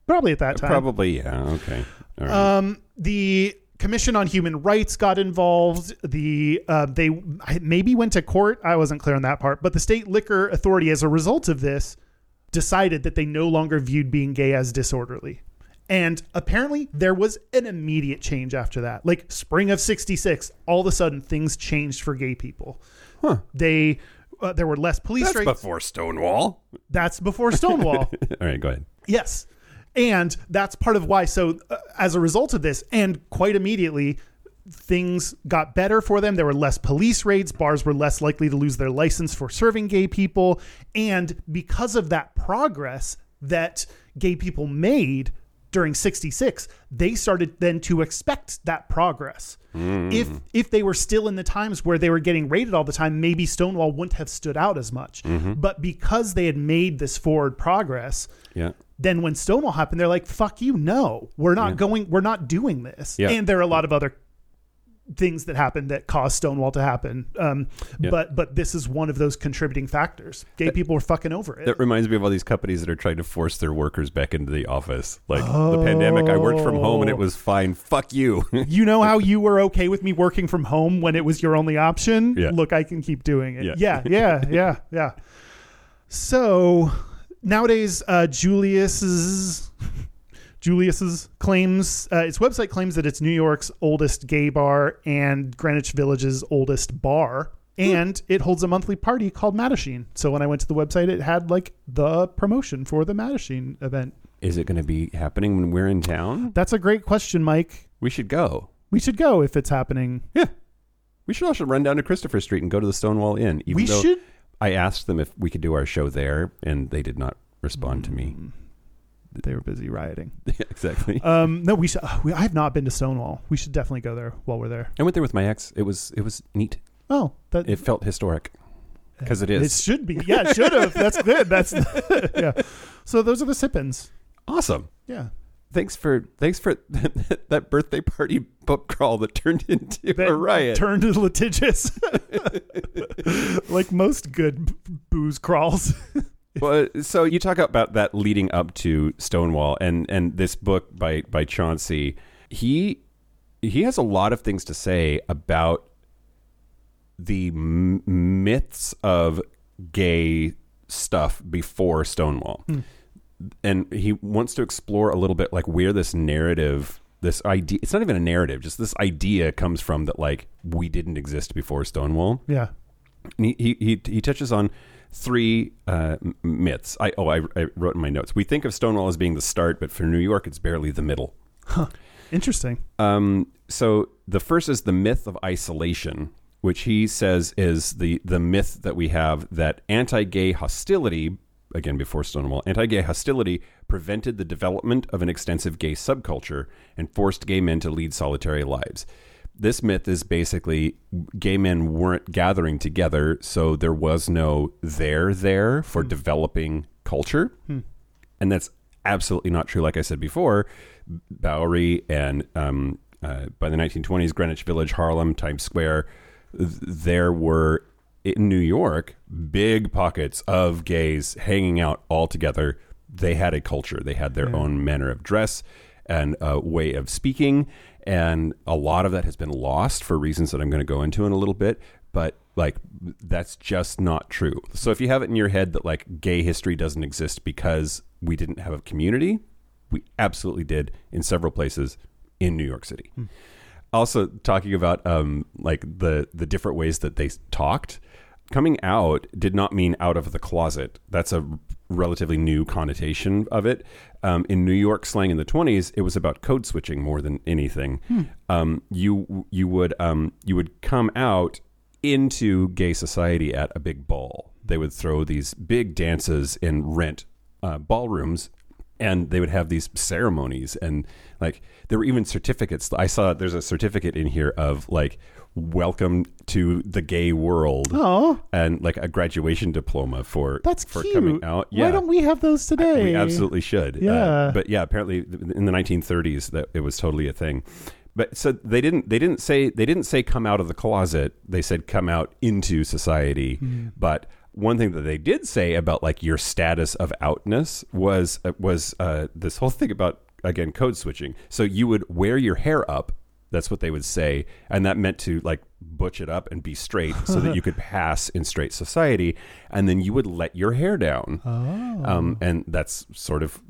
S3: Probably at that time.
S2: Uh, Probably. Yeah. Okay. All right.
S3: Um, the Commission on Human Rights got involved. The uh, they I- maybe went to court. I wasn't clear on that part. But the state liquor authority, as a result of this, decided that they no longer viewed being gay as disorderly. And apparently, there was an immediate change after that. Like spring of '66, all of a sudden things changed for gay people. They uh, there were less police
S2: That's
S3: raids.
S2: before Stonewall. [LAUGHS]
S3: That's before Stonewall.
S2: All right. Go ahead.
S3: Yes. And that's part of why. So, uh, as a result of this, and quite immediately, things got better for them. There were less police raids. Bars were less likely to lose their license for serving gay people. And because of that progress that gay people made during 66, they started then to expect that progress. If if they were still in the times where they were getting raided all the time, maybe Stonewall wouldn't have stood out as much. But because they had made this forward progress,
S2: Yeah.
S3: then when Stonewall happened, they're like, fuck you, no, we're not going, we're not doing this.
S2: Yeah.
S3: And there are a lot of other things that happened that caused Stonewall to happen. Um, But but this is one of those contributing factors. Gay people were fucking over it.
S2: That reminds me of all these companies that are trying to force their workers back into the office. Like the pandemic, I worked from home and it was fine. Fuck you. [LAUGHS]
S3: you know how you were okay with me working from home when it was your only option?
S2: Yeah.
S3: Look, I can keep doing it.
S2: Yeah.
S3: Yeah,
S2: [LAUGHS]
S3: yeah, yeah, yeah. So nowadays, uh, Julius's Julius's claims uh, its website claims that it's New York's oldest gay bar and Greenwich Village's oldest bar.
S2: Hmm.
S3: And it holds a monthly party called Mattachine. So when I went to the website, it had like the promotion for the Mattachine event.
S2: Is it going to be happening when we're in town?
S3: That's a great question, Mike.
S2: We should go.
S3: We should go if it's happening.
S2: Yeah. We should also run down to Christopher Street and go to the Stonewall Inn. Even
S3: we
S2: though
S3: should
S2: I asked them if we could do our show there, and they did not respond to me.
S3: Mm. they were
S2: [LAUGHS]
S3: busy rioting.
S2: Mm. exactly.
S3: Um, no, we should. uh, We, I have not been to Stonewall. We should definitely go there while we're there.
S2: I went there with my ex. It was it was neat.
S3: Oh, that
S2: It felt historic because it is
S3: it should be. Yeah,
S2: [LAUGHS]
S3: [LAUGHS] it should have. That's good. That's yeah. So those are the sippins.
S2: awesome.
S3: Yeah.
S2: Thanks for thanks for [LAUGHS] that birthday party book crawl that turned [LAUGHS] into
S3: that
S2: a riot.
S3: turned litigious, [LAUGHS] like most good b- booze crawls. [LAUGHS]
S2: well, uh, so you talk about that leading up to Stonewall and and this book by by Chauncey. He he has a lot of things to say about the m- myths of gay stuff before Stonewall. And he wants to explore a little bit like where this narrative, this idea, it's not even a narrative, just this idea comes from that like we didn't exist before Stonewall.
S3: yeah,
S2: And he, he, he, he touches on three uh, m- myths. I, oh, I, I wrote in my notes. We think of Stonewall as being the start, but for New York, it's barely the middle.
S3: interesting.
S2: Um, so the first is the myth of isolation, which he says is the the myth that we have that anti-gay hostility, again before Stonewall, anti-gay hostility prevented the development of an extensive gay subculture and forced gay men to lead solitary lives. This myth is basically gay men weren't gathering together, so there was no there there for developing culture and that's absolutely not true. Like I said before, Bowery and um, uh, by the 1920s, Greenwich Village, Harlem, Times Square, th- there were in New York big pockets of gays hanging out all together. They had a culture. They had their own manner of dress and a way of speaking, and a lot of that has been lost for reasons that I'm going to go into in a little bit. But like that's just not true. So if you have it in your head that like gay history doesn't exist because we didn't have a community, we absolutely did in several places in New York City. Also talking about um like the the different ways that they s- talked. Coming out did not mean out of the closet. That's a relatively new connotation of it. Um, in New York slang in the 20s, it was about code switching more than anything. Um, you you would um, you would come out into gay society at a big ball. They would throw these big dances in rent uh, ballrooms, and they would have these ceremonies. And like there were even certificates. I saw there's a certificate in here of like welcome to the gay world.
S3: Oh,
S2: And like a graduation diploma for
S3: that's
S2: for
S3: cute.
S2: coming out. Yeah,
S3: Why don't we have those today?
S2: we absolutely should. Uh,
S3: Yeah.
S2: but yeah, apparently th- in the 1930s that it was totally a thing. But so they didn't they didn't say they didn't say come out of the closet. They said come out into society.
S3: Hmm.
S2: But one thing that they did say about like your status of outness was uh, was uh, this whole thing about again code switching. So you would wear your hair up. That's what they would say, and that meant to like butch it up and be straight so
S3: [LAUGHS]
S2: that you could pass in straight society, and then you would let your hair down.
S3: Oh.
S2: Um, and that's sort of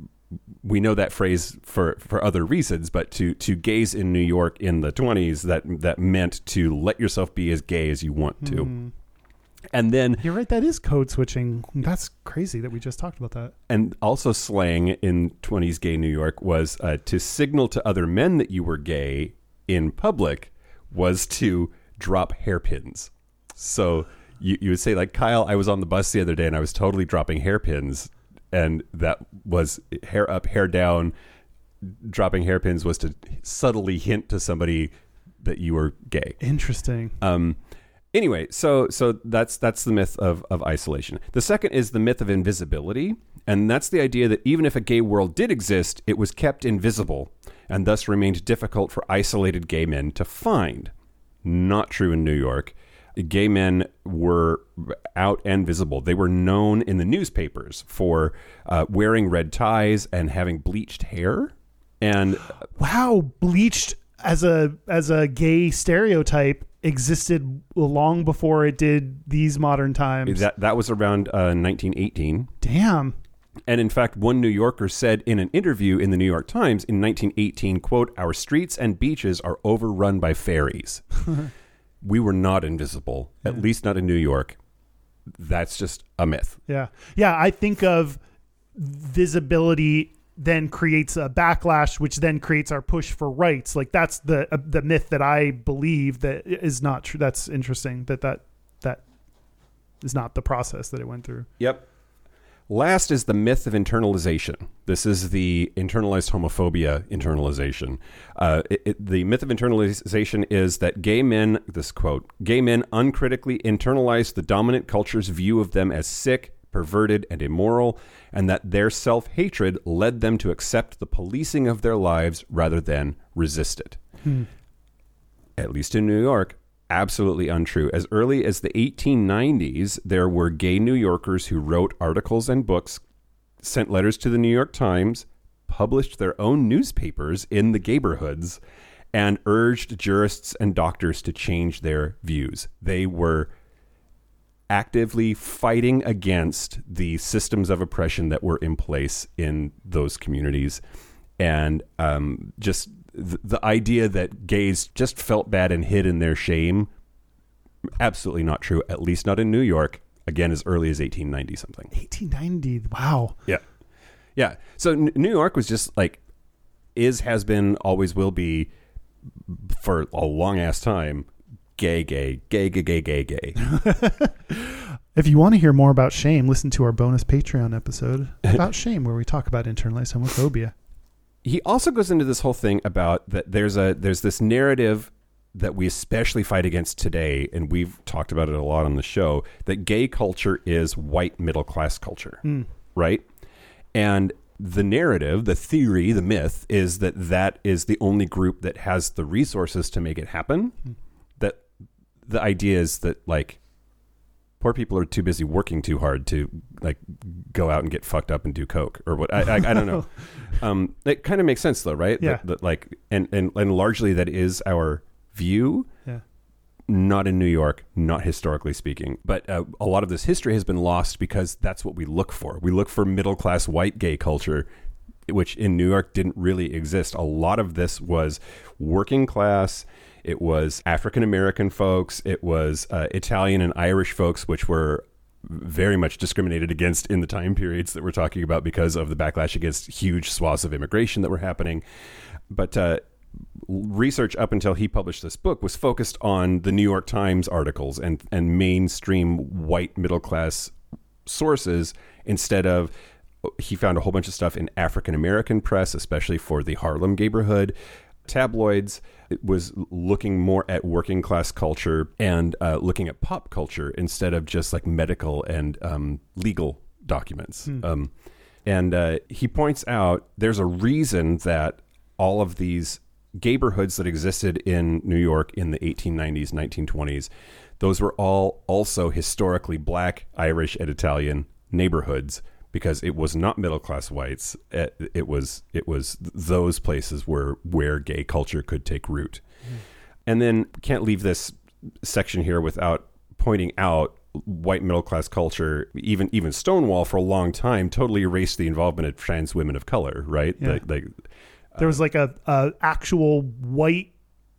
S2: we know that phrase for, for other reasons, but to to gays in New York in the twenties that that meant to let yourself be as gay as you want to. And then
S3: You're right. That is code switching. That's crazy that we just talked about that.
S2: and also slang in 20s gay New York was uh, to signal to other men that you were gay in public was to drop hairpins. So you, you would say like Kyle, I was on the bus the other day and I was totally dropping hairpins, and that was hair up, hair down. Dropping hairpins was to subtly hint to somebody that you were gay.
S3: Interesting.
S2: Um, anyway, so so that's that's the myth of of isolation. The second is the myth of invisibility, and that's the idea that even if a gay world did exist, it was kept invisible and thus remained difficult for isolated gay men to find. Not true in New York. Gay men were out and visible. They were known in the newspapers for uh, wearing red ties and having bleached hair. And
S3: wow, bleached as a as a gay stereotype existed long before it did these modern times.
S2: that, that was around uh, 1918.
S3: Damn.
S2: And in fact, one New Yorker said in an interview in the New York Times in 1918, quote, "Our streets and beaches are overrun by fairies. we were not invisible, at least not in New York. That's just a myth."
S3: Yeah. Yeah, I think of visibility then creates a backlash which then creates our push for rights. Like that's the uh, the myth that I believe that is not true. That's interesting that that that is not the process that it went through.
S2: Yep. Last is the myth of internalization. This is the internalized homophobia internalization. Uh, it- it- the myth of internalization is that gay men, this quote, gay men uncritically internalize the dominant culture's view of them as sick, perverted, and immoral, and that their self hatred led them to accept the policing of their lives rather than resist it. At least in New York, absolutely untrue. As early as the 1890s, there were gay New Yorkers who wrote articles and books, sent letters to the New York Times, published their own newspapers in the neighborhoods, and urged jurists and doctors to change their views. They were actively fighting against the systems of oppression that were in place in those communities. And um, just th- the idea that gays just felt bad and hid in their shame, absolutely not true, at least not in New York, again, as early as 1890 something.
S3: 1890. Wow.
S2: Yeah. Yeah. So N- New York was just like is has been always will be for a long ass time gay gay gay gay gay gay gay.
S3: If you want to hear more about shame, listen to our bonus Patreon episode about shame, where we talk about internalized homophobia.
S2: he also goes into this whole thing about that there's a there's this narrative that we especially fight against today and we've talked about it a lot on the show that gay culture is white middle class culture right and the narrative the theory the myth is that that is the only group that has the resources to make it happen that the idea is that like poor people are too busy working too hard to like go out and get fucked up and do coke or what i, I, I don't know um, it kind of makes sense though right
S3: Yeah.
S2: that, that, like and, and and largely that is our view
S3: Yeah.
S2: not in new york not historically speaking but uh, a lot of this history has been lost because that's what we look for we look for middle class white gay culture which in new york didn't really exist a lot of this was working class it was african american folks it was uh, italian and irish folks which were very much discriminated against in the time periods that we're talking about because of the backlash against huge swaths of immigration that were happening. But uh, research up until he published this book was focused on the New York Times articles and and mainstream white middle class sources instead of he found a whole bunch of stuff in African American press, especially for the Harlem neighborhood. Tabloids it was looking more at working class culture and uh, looking at pop culture instead of just like medical and um, legal documents. Um, and uh, he points out there's a reason that all of these neighborhoods that existed in New York in the 1890s, 1920s, those were all also historically black, Irish, and Italian neighborhoods because it was not middle class whites. Eh, It was it was those places where where gay culture could take root. And then can't leave this section here without pointing out white middle class culture. Even even Stonewall for a long time totally erased the involvement of trans women of color. Right?
S3: Yeah.
S2: Like, like
S3: There was like a, a actual white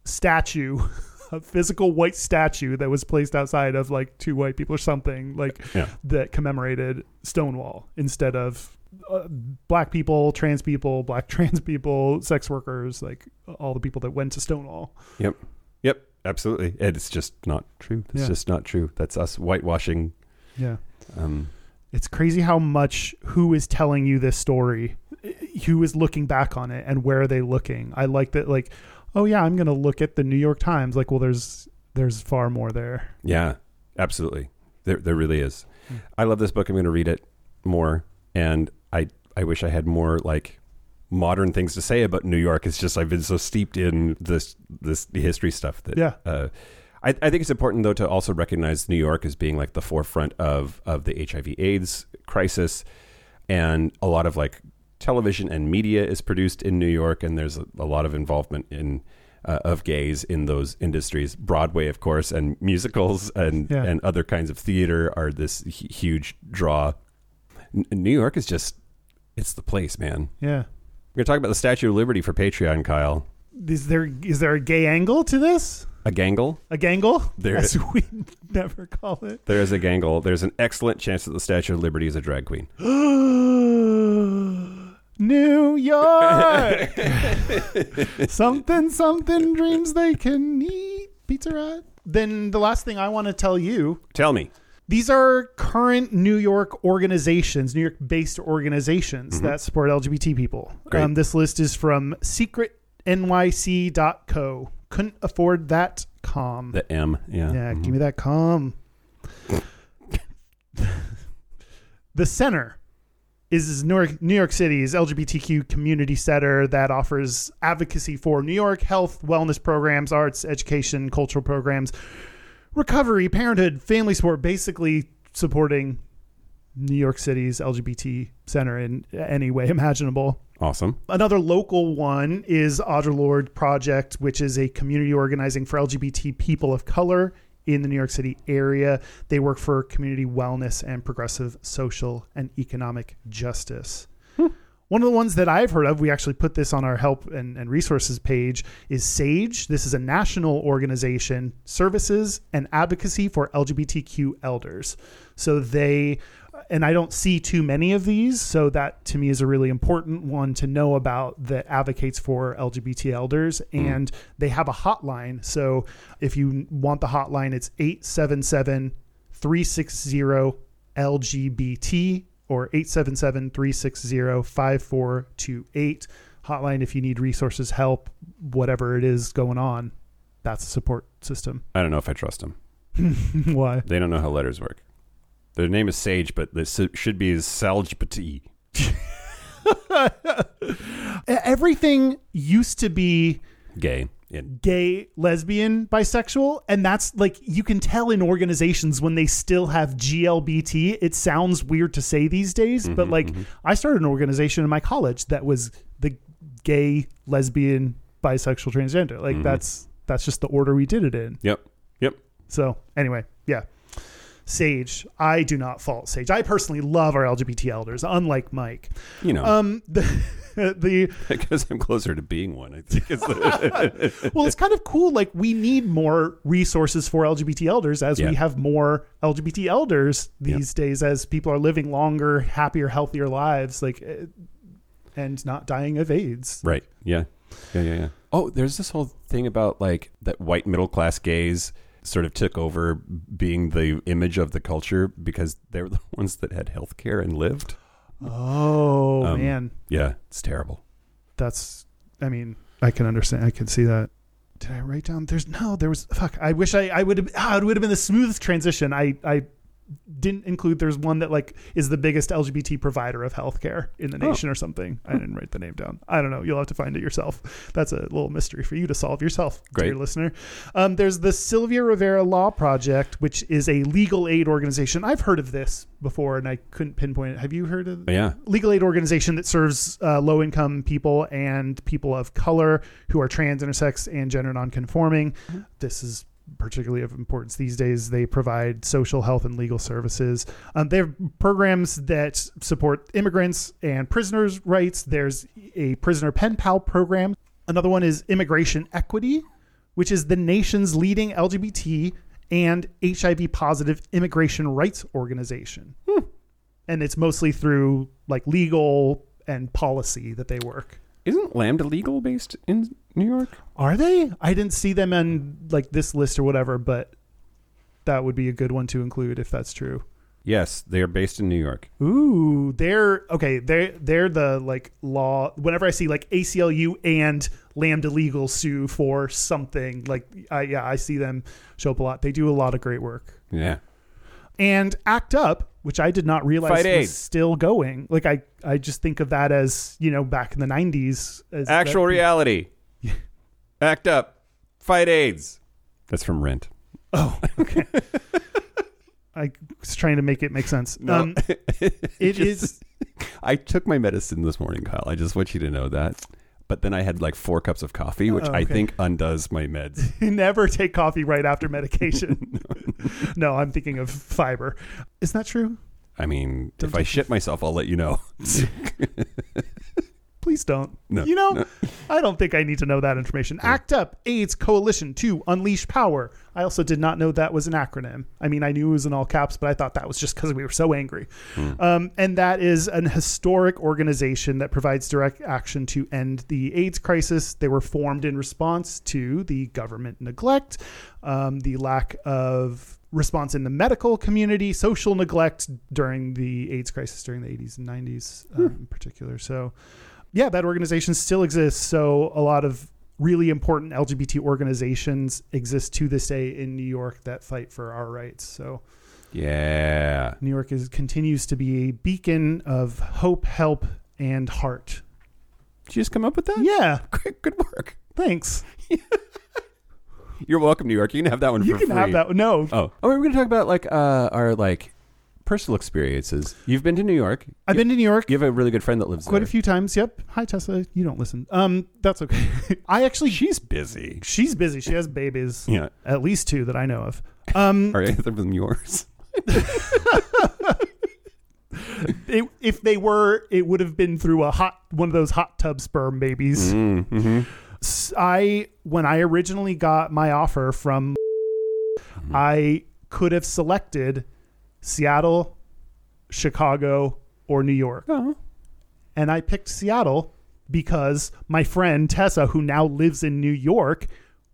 S3: statue, [LAUGHS] a physical white statue that was placed outside of like two white people or something like
S2: Yeah.
S3: that commemorated Stonewall instead of uh, black people, trans people, black [LAUGHS] trans people, sex workers, like all the people that went to Stonewall.
S2: Yep. Yep. Absolutely. And it's just not true. It's
S3: Yeah.
S2: just not true. That's us whitewashing.
S3: Yeah.
S2: Um,
S3: It's crazy how much who is telling you this story, who is looking back on it, and where are they looking. I like that, like, oh yeah, I'm gonna look at the New York Times. Like, well, there's there's far more there.
S2: yeah. Absolutely. There, there really is. I love this book. I'm going to read it more. And I, I wish I had more like modern things to say about New York. It's just I've been so steeped in this this history stuff that
S3: Yeah.
S2: Uh, I, I think it's important though to also recognize New York as being like the forefront of of the HIV/AIDS crisis, and a lot of like television and media is produced in New York, and there's a, a lot of involvement in. Uh, of gays in those industries, Broadway, of course, and musicals and
S3: Yeah.
S2: and other kinds of theater are this hu- huge draw. N- New York is just it's the place, man.
S3: Yeah.
S2: We're going to talk about the Statue of Liberty for Patreon, Kyle.
S3: Is there is there a gay angle to this?
S2: A gangle?
S3: A gangle?
S2: There-
S3: as we [LAUGHS] never call it. [GASPS]
S2: There is a gangle. There's an excellent chance that the Statue of Liberty is a drag queen.
S3: New York. something, something dreams they can eat. Pizza Hut. Then the last thing I want to tell you
S2: Tell me.
S3: These are current New York organizations, New York based organizations that support LGBT people.
S2: Great.
S3: Um, this list is from secretnyc.co. Couldn't afford that com.
S2: The M. Yeah. Mm-hmm.
S3: yeah, give me that com. the center is New York, New York City's LGBTQ community center that offers advocacy for New York health, wellness programs, arts, education, cultural programs, recovery, parenthood, family support, basically supporting New York City's LGBT center in any way [LAUGHS] imaginable.
S2: Awesome.
S3: Another local one is Audre Lorde Project, which is a community organizing for LGBT people of color in the New York City area. They work for community wellness and progressive social and economic justice. One of the ones that I've heard of, we actually put this on our help and, and resources page, is SAGE. This is a national organization, services and advocacy for LGBTQ elders. So they, and I don't see too many of these, so that to me is a really important one to know about that advocates for LGBT elders. And they have a hotline. So if you want the hotline, it's 877 360 LGBT or 877 360 5428. Hotline if you need resources, help, whatever it is going on. That's a support system. [LAUGHS]
S2: I don't know if I trust them.
S3: Why?
S2: They don't know how letters work. Their name is Sage, but this should be Salgepati.
S3: E-, Everything used to be
S2: Gay. And
S3: gay, lesbian, bisexual, and that's like you can tell in organizations when they still have GLBT. It sounds weird to say these days, but like I started an organization in my college that was the gay, lesbian, bisexual, transgender. Like that's that's just the order we did it in.
S2: Yep. Yep.
S3: So anyway, yeah. Sage, I do not fault Sage. I personally love our LGBT elders, unlike Mike.
S2: You [LAUGHS] know,
S3: Um, [LAUGHS] the, the
S2: because I'm closer to being one. I think it's the, [LAUGHS]
S3: well, it's kind of cool. Like we need more resources for LGBT elders as
S2: Yeah.
S3: we have more LGBT elders these days, as people are living longer, happier, healthier lives, like, eh, and not dying of AIDS.
S2: right. Yeah. Yeah. Yeah. Yeah. Oh, there's this whole thing about like that white middle class gays sort of took over being the image of the culture because they were the [LAUGHS] ones that had health care and lived.
S3: Oh
S2: Um,
S3: man,
S2: Yeah, it's terrible.
S3: that's. I mean, I can understand. I can see that. Did I write down? There's no. There was. Fuck. I wish I. I would have. Ah, it would have been the smoothest transition. I. I didn't include there's one that like is the biggest LGBT provider of healthcare in the
S2: Oh.
S3: nation or something. I didn't write the name down. I don't know. You'll have to find it yourself. That's a little mystery for you to solve yourself,
S2: Great.
S3: dear listener. Um, there's the Sylvia Rivera Law Project, which is a legal aid organization. I've heard of this before, and I couldn't pinpoint it. Have you heard of?
S2: Yeah.
S3: legal aid organization that serves uh, low income people and people of color who are trans, intersex, and gender nonconforming. This is particularly of importance these days. They provide social, health, and legal services. Um, they have programs that support immigrants and prisoners' rights. There's a prisoner pen pal program. Another one is immigration equity, which is the nation's leading LGBT and HIV positive immigration rights organization
S2: Hmm.
S3: and it's mostly through like legal and policy that they work.
S2: Isn't Lambda legal based in New York?
S3: Are they? I didn't see them on like this list or whatever, but that would be a good one to include if that's true.
S2: Yes, they are based in New York.
S3: Ooh, they're okay. They're they're the like law. Whenever I see like ACLU and Lambda Legal sue for something, like I, yeah, I see them show up a lot. They do a lot of great work.
S2: Yeah.
S3: and Act Up, which I did not realize
S2: Fight
S3: was
S2: AIDS.
S3: still going. Like I, I just think of that as you know back in the '90s. As
S2: Actual [LAUGHS]
S3: that-
S2: reality. Act up. Fight AIDS. That's from Rent.
S3: Oh, [LAUGHS] I was trying to make it make sense.
S2: No. [LAUGHS]
S3: Um, it is
S2: [LAUGHS] I took my medicine this morning, Kyle. I just want you to know that. But then I had like four cups of coffee, which I
S3: Oh, okay.
S2: think undoes my meds.
S3: [LAUGHS] never take coffee right after medication. [LAUGHS] no, I'm thinking of fiber. Isn't that true?
S2: I mean,
S3: Don't
S2: if I
S3: take-
S2: shit myself, I'll let you
S3: [LAUGHS]
S2: know.
S3: Please don't.
S2: No,
S3: you know, I don't think I need to know that information. ACT UP, AIDS Coalition to Unleash Power. I also did not know that was an acronym. I mean, I knew it was in all caps, but I thought that was just because we were so angry.
S2: Hmm.
S3: Um, and that is an historic organization that provides direct action to end the AIDS crisis. They were formed in response to the government neglect, um, the lack of response in the medical community, social neglect during the AIDS crisis during the 80s and 90s
S2: Hmm.
S3: um, in particular. So, yeah, that organization still exists. So a lot of really important LGBT organizations exist to this day in New York that fight for our rights. So
S2: Yeah.
S3: New York is continues to be a beacon of hope, help, and heart.
S2: Did you just come up with that?
S3: Yeah,
S2: Good- Good work.
S3: thanks.
S2: You're welcome, New York. You can have that one
S3: You
S2: for
S3: can
S2: free.
S3: have that. one. No,
S2: Oh, oh, we're going to talk about like uh, our like personal experiences. You've been to New York.
S3: I've been to New York
S2: You have a really good friend that lives
S3: quite
S2: there.
S3: a few times. Yep. Hi Tessa, you don't listen. Um, that's okay. [LAUGHS] I actually
S2: She's busy.
S3: she's busy. She has babies.
S2: [LAUGHS] Yeah.
S3: At least two that I know of. Um,
S2: Are either of them yours?
S3: it- if they were, it would have been through a hot one of those hot tub sperm babies.
S2: Mm-hmm.
S3: Mm-hmm. S- I when I originally got my offer from,
S2: Uh-huh.
S3: I could have selected Seattle, Chicago, or New York,
S2: Oh.
S3: and I picked Seattle because my friend Tessa, who now lives in New York.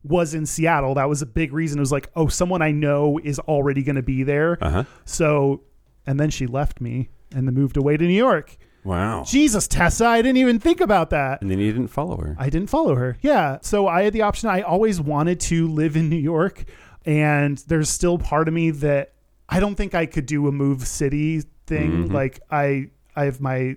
S3: Was in Seattle. That was a big reason. It was like, oh, someone I know is already going to be there.
S2: Uh huh.
S3: So, and then she left me and then moved away to New York.
S2: Wow.
S3: Jesus, Tessa, I didn't even think about that.
S2: and then you didn't follow her.
S3: I didn't follow her. Yeah. So I had the option. I always wanted to live in New York. And there's still part of me that I don't think I could do a move city thing. Like, I, I have my,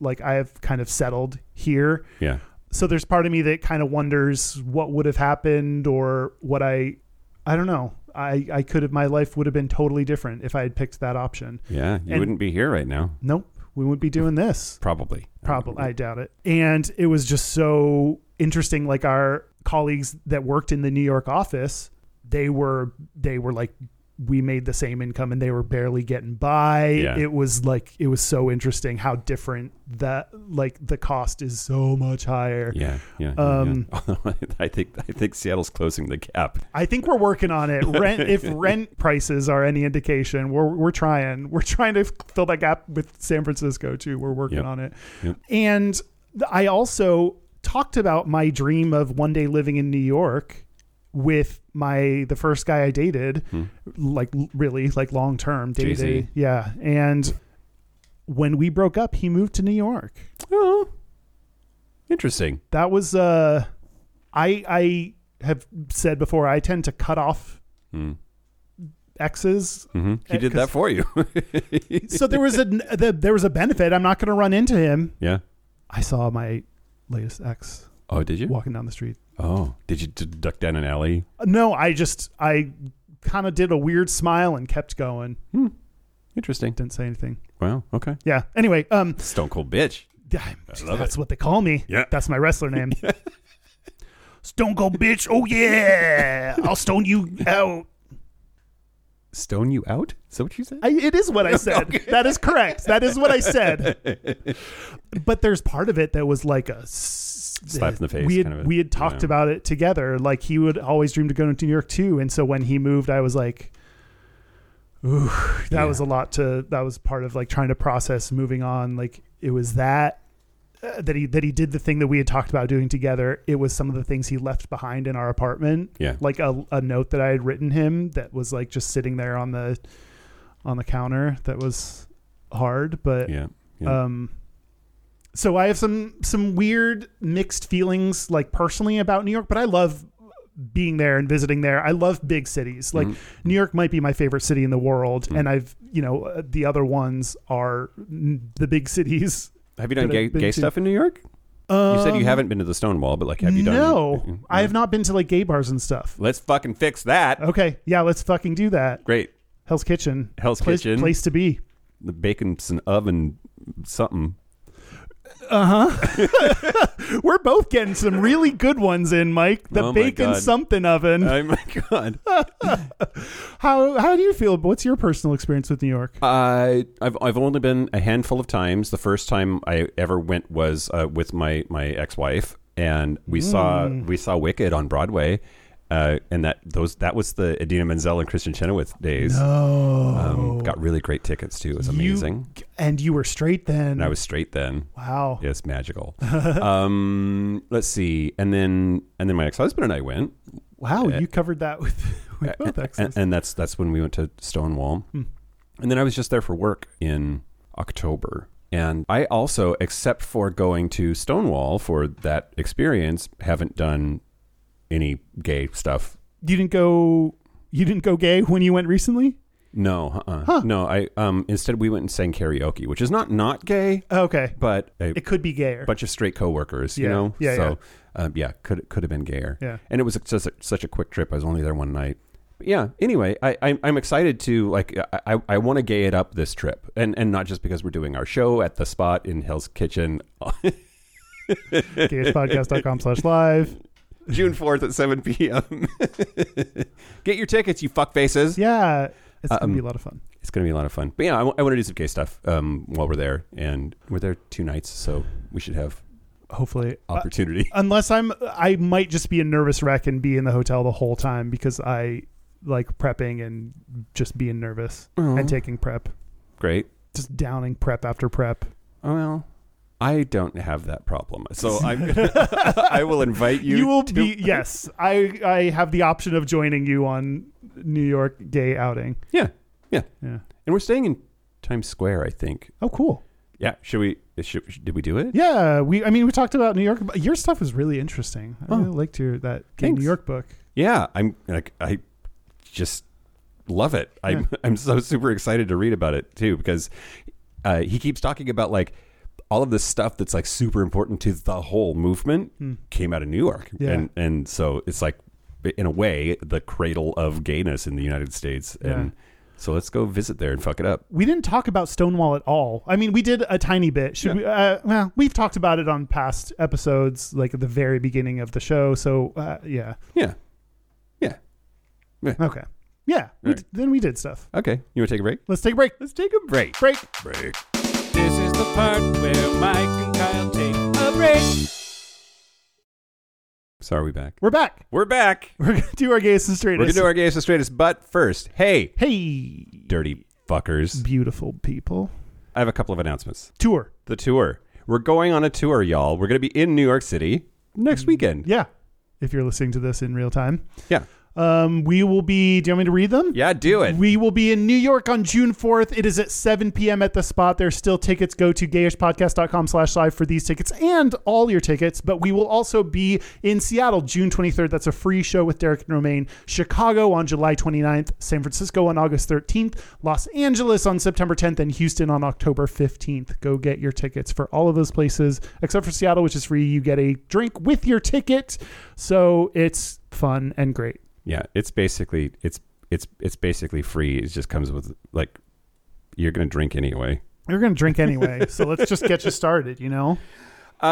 S3: like, I have kind of settled here
S2: yeah.
S3: so there's part of me that kind of wonders what would have happened or what I I don't know. I I could have my life would have been totally different if I had picked that option.
S2: Yeah. You
S3: And-
S2: wouldn't be here right now.
S3: Nope, we wouldn't be doing this.
S2: Probably.
S3: Probably I doubt it. And it was just so interesting like our colleagues that worked in the New York office, they were they were like we made the same income and they were barely getting by.
S2: Yeah.
S3: It was like it was so interesting how different that like the cost is so much higher.
S2: Yeah. Yeah.
S3: Um,
S2: yeah. [LAUGHS] I think I think Seattle's closing the gap.
S3: I think we're working on it. Rent,
S2: [LAUGHS]
S3: if rent prices are any indication, we're we're trying. We're trying to fill that gap with San Francisco too. We're working
S2: Yep.
S3: on it.
S2: Yep.
S3: And th- I also talked about my dream of one day living in New York with my the first guy I dated, like l- really like long term day to
S2: Hmm. Jay-Z.
S3: day. Yeah, and when we broke up, he moved to New York
S2: Oh. Interesting.
S3: that was uh i i have said before i tend to cut off
S2: Hmm.
S3: x's
S2: hmm He
S3: Uh,
S2: did that
S3: 'cause-
S2: for
S3: [LAUGHS]
S2: you. [LAUGHS]
S3: so there was a the, there was a benefit i'm not going to run into him
S2: yeah.
S3: i saw my latest ex
S2: Oh, did you?
S3: walking down the street
S2: Oh, did you d- duck down an alley?
S3: no i just i kind of did a weird smile and kept going
S2: Interesting.
S3: didn't say anything
S2: Wow. Okay.
S3: yeah anyway um
S2: Stone cold bitch. love
S3: that's what they call me
S2: Yeah.
S3: that's my
S2: [LAUGHS]
S3: wrestler name stone cold bitch oh yeah i'll stone you out
S2: Stone you out? Is that what you said?
S3: I, it
S2: [LAUGHS]
S3: is what I said. That is correct. That is what I said. but there's part of it that was like a slap
S2: in the face
S3: We had,
S2: kind of a-
S3: we had talked
S2: yeah.
S3: about it together. Like he would always dream to go to New York too, and so when he moved, I was like, "Ooh, that was a lot to." That was part of like trying to process moving on. Like it was that. uh, That he that he did the thing that we had talked about doing together. It was some of the things he left behind in our apartment.
S2: Yeah.
S3: like a, a note that I had written him that was like just sitting there on the on the counter that was hard but
S2: yeah. yeah.
S3: um so i have some some weird mixed feelings like personally about new york but i love being there and visiting there i love big cities
S2: Mm.
S3: like
S2: Mm-hmm.
S3: new york might be my favorite city in the world and i've you know uh, the other ones are n- the big cities
S2: have you done
S3: that I've
S2: gay,
S3: been
S2: gay
S3: to-
S2: stuff in New York?
S3: um,
S2: you said you haven't been to the Stonewall, but like, have you done?
S3: no
S2: Mm,
S3: i have not been to like gay bars and stuff
S2: Let's fucking fix that.
S3: okay yeah let's fucking do that
S2: Great.
S3: hell's kitchen
S2: Hell's
S3: place,
S2: Kitchen.
S3: place to be
S2: The bacon's an oven,
S3: [LAUGHS]
S2: something.
S3: Uh-huh. We're both getting some really good ones in, Mike. The
S2: Oh my
S3: bacon
S2: God.
S3: something oven.
S2: oh my god.
S3: how how do you feel? What's your personal experience with New York?
S2: I I've I've only been a handful of times. The first time I ever went was uh, with my my ex wife, and we saw we saw Wicked on Broadway, uh, and that those that was the Adina Menzel and Christian Chenoweth days.
S3: Oh,
S2: Um, got really great tickets too. It was amazing.
S3: You, and you were straight then.
S2: and I was straight then.
S3: wow.
S2: Yes, magical. um, let's see, and then and then my ex husband and I went,
S3: Wow,
S2: Uh,
S3: you covered that with, [LAUGHS] with both
S2: and,
S3: exes.
S2: and that's that's when we went to Stonewall.
S3: Hmm.
S2: And then I was just there for work in October. And I also, except for going to Stonewall for that experience, haven't done any gay stuff.
S3: you didn't go. You didn't go gay when you went recently.
S2: No, uh-uh. no. I um instead we went and sang karaoke, which is not not gay,
S3: Oh, Okay.
S2: but a
S3: It could be gayer.
S2: bunch of straight coworkers. You
S3: Yeah,
S2: know,
S3: yeah,
S2: so Um, yeah, could could have been gayer.
S3: Yeah.
S2: and it was such a, such a quick trip. I was only there one night. But yeah. Anyway, I I'm, I'm excited to like I I, I want to gay it up this trip, and and not just because we're doing our show at the spot in Hell's Kitchen, [LAUGHS]
S3: gayishpodcast.com
S2: [LAUGHS]
S3: slash live.
S2: June fourth at seven p.m. [LAUGHS] Get your tickets, you fuck faces.
S3: Yeah. It's going
S2: Um,
S3: to be a lot of fun.
S2: it's going to be a lot of fun. But yeah, I, want to do some gay stuff um, while we're there, and we're there two nights, so we should have
S3: Hopefully. Uh, [LAUGHS]
S2: opportunity.
S3: unless I'm, I might just be a nervous wreck and be in the hotel the whole time because I like prepping and just being nervous
S2: Mm-hmm.
S3: and taking prep.
S2: [LAUGHS] Great.
S3: Just downing prep after prep.
S2: Oh well, I don't have that problem, so I'm.
S3: [LAUGHS]
S2: Gonna, [LAUGHS] I will invite you.
S3: You, will
S2: to-
S3: be yes. I I have the option of joining you on New York gay outing.
S2: Yeah, yeah,
S3: Yeah.
S2: and we're staying in Times Square, I think.
S3: Oh, cool.
S2: Yeah, should we? Should, should- did we do it?
S3: Yeah, we. I mean, we talked about New York. But your stuff was really interesting. I
S2: Oh.
S3: really liked your that gay
S2: Thanks.
S3: New York book.
S2: Yeah, I'm like I just love it. I'm [LAUGHS] I'm so super excited to read about it too because uh, he keeps talking about like all of this stuff that's like super important to the whole movement came out of New York,
S3: Yeah.
S2: and and so it's like in a way the cradle of gayness in the United States, and so let's go visit there and fuck it up.
S3: We didn't talk about Stonewall at all. I mean, we did a tiny bit. Should we? Uh, well, we've talked about it on past episodes, like at the very beginning of the show. So uh, yeah,
S2: Yeah, yeah.
S3: okay, yeah. We
S2: Right.
S3: d- then we did stuff.
S2: Okay, you want to take a break?
S3: Let's take a break.
S2: Let's take a break.
S3: Break.
S2: Break.
S1: This is the part where Mike and Kyle take a break.
S2: So are we back?
S3: We're back. [LAUGHS]
S2: We're back.
S3: We're gonna do our gays and
S2: We're gonna
S3: straightest.
S2: do our gayest and straightest, but first, hey,
S3: hey,
S2: dirty fuckers.
S3: beautiful people.
S2: I have a couple of announcements.
S3: Tour.
S2: The tour. We're going on a tour, y'all. We're going to be in New York City next weekend.
S3: Yeah, if you're listening to this in real time,
S2: Yeah.
S3: um, we will be. Do you want me to read them?
S2: Yeah, do it.
S3: We will be in New York on June 4th. It is at 7 p.m. at the spot. There's still tickets. Go to gayishpodcast.com slash live for these tickets and all your tickets. But we will also be in Seattle June 23rd. That's a free show with Derek and Romaine. Chicago on July 29th. San Francisco on August 13th. Los Angeles on September 10th. And Houston on October 15th. Go get your tickets for all of those places, except for Seattle, which is free. You get a drink with your ticket. So it's fun and great.
S2: yeah, it's basically it's it's it's basically free. It just comes with like you're going to drink anyway.
S3: You're going to drink anyway. so let's just get you started, you know?
S2: Uh,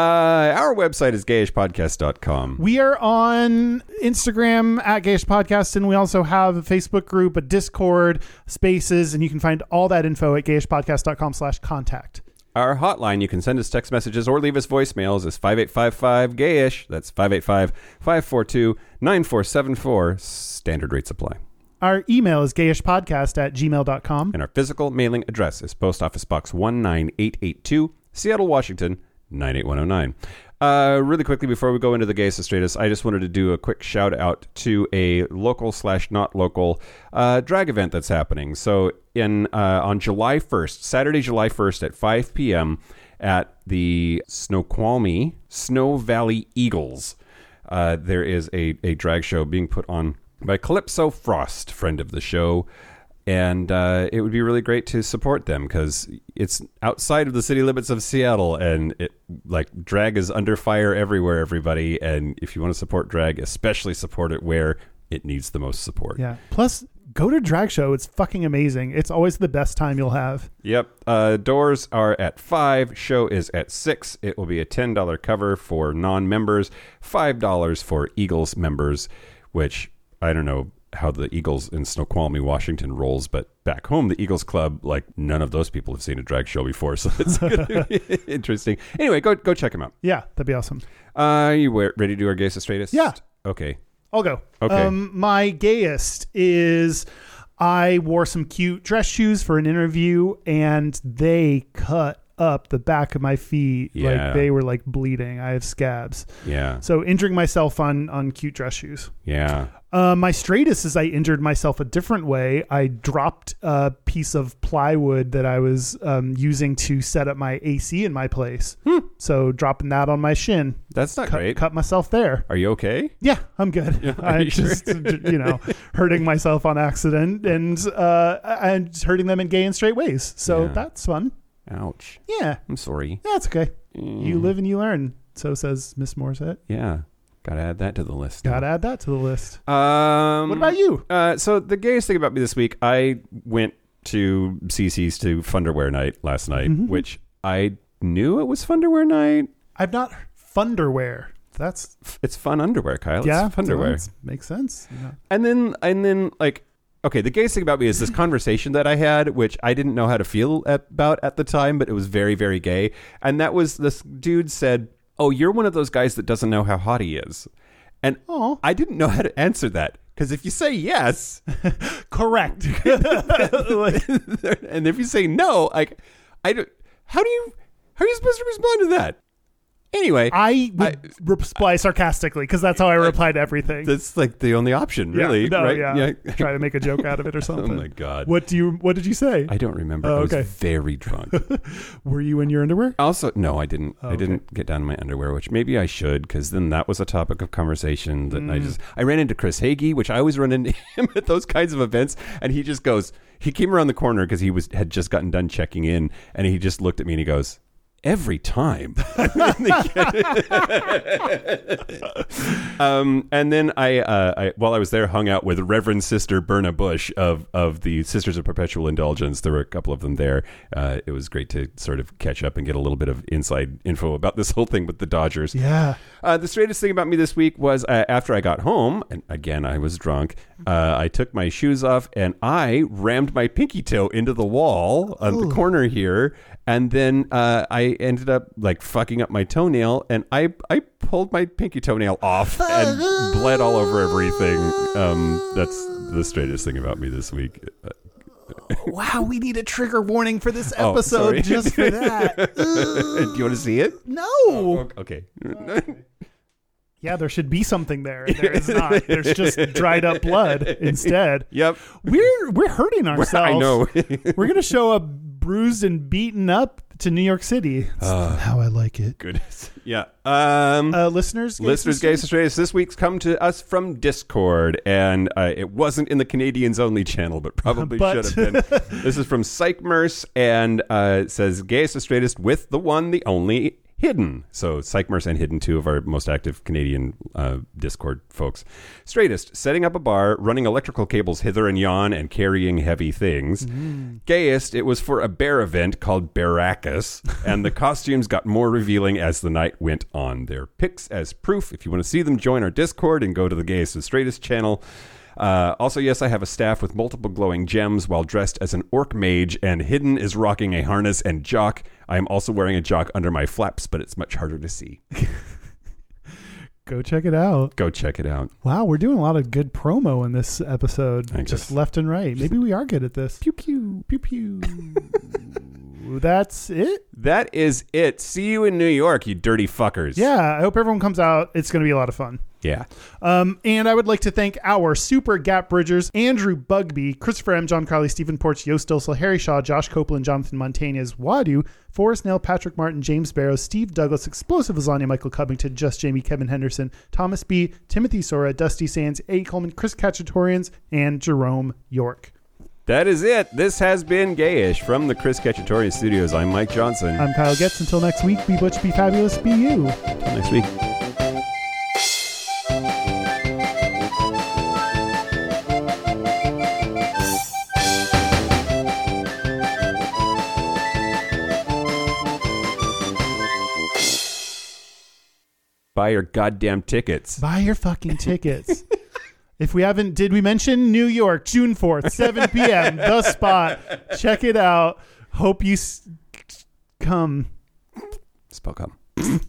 S2: our website is gayishpodcast.com.
S3: We are on Instagram at Gayish Podcast, and we also have a Facebook group, a Discord, spaces, and you can find all that info at gayishpodcast.com slash contact.
S2: Our hotline, you can send us text messages or leave us voicemails is 5855-GAYISH. That's 585-542-9474. Standard rate supply.
S3: Our email is gayishpodcast at gmail.com.
S2: and our physical mailing address is Post Office Box 19882, Seattle, Washington 98109. Uh, really quickly, before we go into the gayest and straightest, I just wanted to do a quick shout out to a local slash not local uh, drag event that's happening. So in uh, on July 1st, Saturday, July 1st at 5 p.m. at the Snoqualmie Snow Valley Eagles. Uh, there is a, a drag show being put on by Calypso Frost, friend of the show. And uh, it would be really great to support them because it's outside of the city limits of Seattle, and it like drag is under fire everywhere. Everybody, and if you want to support drag, especially support it where it needs the most support.
S3: Yeah. Plus, go to drag show. It's fucking amazing. It's always the best time you'll have.
S2: Yep. Uh, doors are at five. Show is at six. It will be a ten dollar cover for non-members, five dollars for Eagles members. Which I don't know how the Eagles in Snoqualmie, Washington, rolls, but back home, the Eagles Club, like none of those people have seen a drag show before, [LAUGHS] so it's gonna be [LAUGHS] interesting. Anyway, go go check them out.
S3: Yeah, that'd be awesome.
S2: Uh, you were ready to do our gayest and straightest?
S3: Yeah.
S2: Okay.
S3: I'll go.
S2: Okay.
S3: Um, my gayest is I wore some cute dress shoes for an interview and they cut up the back of my feet.
S2: Yeah.
S3: Like they were like bleeding. I have scabs.
S2: Yeah.
S3: So injuring myself on on cute dress shoes.
S2: Yeah.
S3: Uh, my straightest is I injured myself a different way. I dropped a piece of plywood that I was um, using to set up my AC in my place. So dropping that on my shin,
S2: Hmm. That's not
S3: cut,
S2: great.
S3: cut myself there.
S2: Are you okay?
S3: Yeah, I'm good.
S2: are
S3: [LAUGHS] I
S2: you [LAUGHS] sure?
S3: just you know hurting myself on accident and uh, and just hurting them in gay and straight ways. So
S2: Yeah.
S3: that's fun.
S2: Ouch.
S3: Yeah,
S2: I'm sorry.
S3: that's okay.
S2: Mm.
S3: You live and you learn. So says Miss Morissette.
S2: Yeah. Gotta add that to the list.
S3: Gotta add that to the list.
S2: Um,
S3: What about you?
S2: Uh, so the gayest thing about me this week, I went to CC's to Funderwear night last night,
S3: Mm-hmm.
S2: which I knew it was Funderwear night.
S3: I've not Funderwear. That's
S2: F- It's fun underwear, Kyle.
S3: yeah,
S2: it's Funderwear.
S3: that's- makes sense. Yeah.
S2: And then and then like okay, the gayest thing about me is this conversation that I had, which I didn't know how to feel at, about at the time, but it was very very gay. And that was this dude said, "Oh, you're one of those guys that doesn't know how hot he is," and
S3: Aw.
S2: I didn't know how to answer that. Because if you say yes, [LAUGHS]
S3: [LAUGHS] Correct.
S2: and if you say no, like I don't, how do you how are you supposed to respond to that? Anyway,
S3: I would
S2: I-
S3: reply sarcastically because that's how I reply to everything.
S2: that's like the only option,
S3: Yeah,
S2: really,
S3: no,
S2: right? Oh
S3: Yeah.
S2: [LAUGHS]
S3: [LAUGHS] Try to make a joke out of it or something.
S2: my God.
S3: What do you? What did you say?
S2: I don't remember.
S3: Oh,
S2: I
S3: okay.
S2: was very
S3: [LAUGHS]
S2: drunk.
S3: Were you in your underwear?
S2: Also, no, I didn't. I
S3: Oh, okay.
S2: didn't get down in my underwear, which maybe I should, because then that was a topic of conversation that I
S3: Mm.
S2: just. I ran into Chris Hagee, which I always run into [LAUGHS] him at those kinds of events, and he just goes. He came around the corner because he was had just gotten done checking in, and he just looked at me and he goes, "Every time." [LAUGHS] um, and then I, uh, I, while I was there, hung out with Reverend Sister Berna Bush of of the Sisters of Perpetual Indulgence. There were a couple of them there. Uh, it was great to sort of catch up and get a little bit of inside info about this whole thing with the Dodgers.
S3: Yeah.
S2: Uh, the straightest thing about me this week was uh, after I got home, and again I was drunk. Uh, I took my shoes off and I rammed my pinky toe into the wall on the corner here, and then uh, I ended up like fucking up my toenail, and I I pulled my pinky toenail off and bled all over everything. Um, that's the straightest thing about me this week. [LAUGHS] Uh,
S3: Wow, we need a trigger warning for this
S2: [LAUGHS] Oh,
S3: episode
S2: sorry.
S3: just for
S2: [LAUGHS]
S3: that.
S2: Do you want to see it?
S3: no.
S2: Okay.
S3: Yeah, there should be something there. and There is not. There's just dried
S2: [LAUGHS]
S3: up blood instead.
S2: Yep.
S3: We're we're hurting ourselves.
S2: I know.
S3: [LAUGHS] we're gonna show up bruised and beaten up to New York City. It's
S2: Uh,
S3: how I like it.
S2: Goodness. [LAUGHS] Yeah. Um.
S3: Uh, listeners, gays,
S2: Listeners,
S3: sister-
S2: gays, and strays, this week's come to us from Discord, and uh, it wasn't in the Canadians only channel, but probably
S3: But-
S2: should have been. this is from Psych Merce, and uh, it says gayest and straightest with the one, the only hidden. So Psych Merce and hidden, two of our most active Canadian uh, Discord folks. Straightest, setting up a bar, running electrical cables hither and yon, and carrying heavy things. Gayest, it was for a bear event called Baracus, and the costumes got more revealing as the night went on. Their pics as proof. If you want to see them, join our Discord and go to the Gayest and Straightest channel. Uh, also, yes, I have a staff with multiple glowing gems while dressed as an orc mage, and Hidden is rocking a harness and jock. I am also wearing a jock under my flaps, but it's much harder to see. [LAUGHS]
S3: go check it out.
S2: Go check it out.
S3: Wow, we're doing a lot of good promo in this episode,
S2: I
S3: just
S2: guess.
S3: left and right. Maybe we are good at this. Pew pew pew pew. [LAUGHS] That's it.
S2: That is it. See you in New York, you dirty fuckers.
S3: Yeah, I hope everyone comes out. It's going to be a lot of fun.
S2: Yeah.
S3: Um, and I would like to thank our super gap bridgers, Andrew Bugby, Christopher M. John Carly, Stephen Porch, Yost Dilsel, Harry Shaw, Josh Copeland, Jonathan Montanez, Wadu, Forrest Nail, Patrick Martin, James Barrow, Steve Douglas, Explosive Lasagna, Michael Covington, Just Jamie, Kevin Henderson, Thomas B., Timothy Sora, Dusty Sands, A. Coleman, Chris Kachatorians, and Jerome York.
S2: That is it. This has been Gayish from the Chris Cacciatore Studios. I'm Mike Johnson.
S3: I'm Kyle Getz. Until next week, be butch, be fabulous, be you.
S2: Till next week. Buy your goddamn tickets.
S3: [LAUGHS] Buy your fucking tickets. if we haven't, did we mention New York, June 4th, 7 p.m., the spot? Check it out. Hope you s- come.
S2: Spoke up.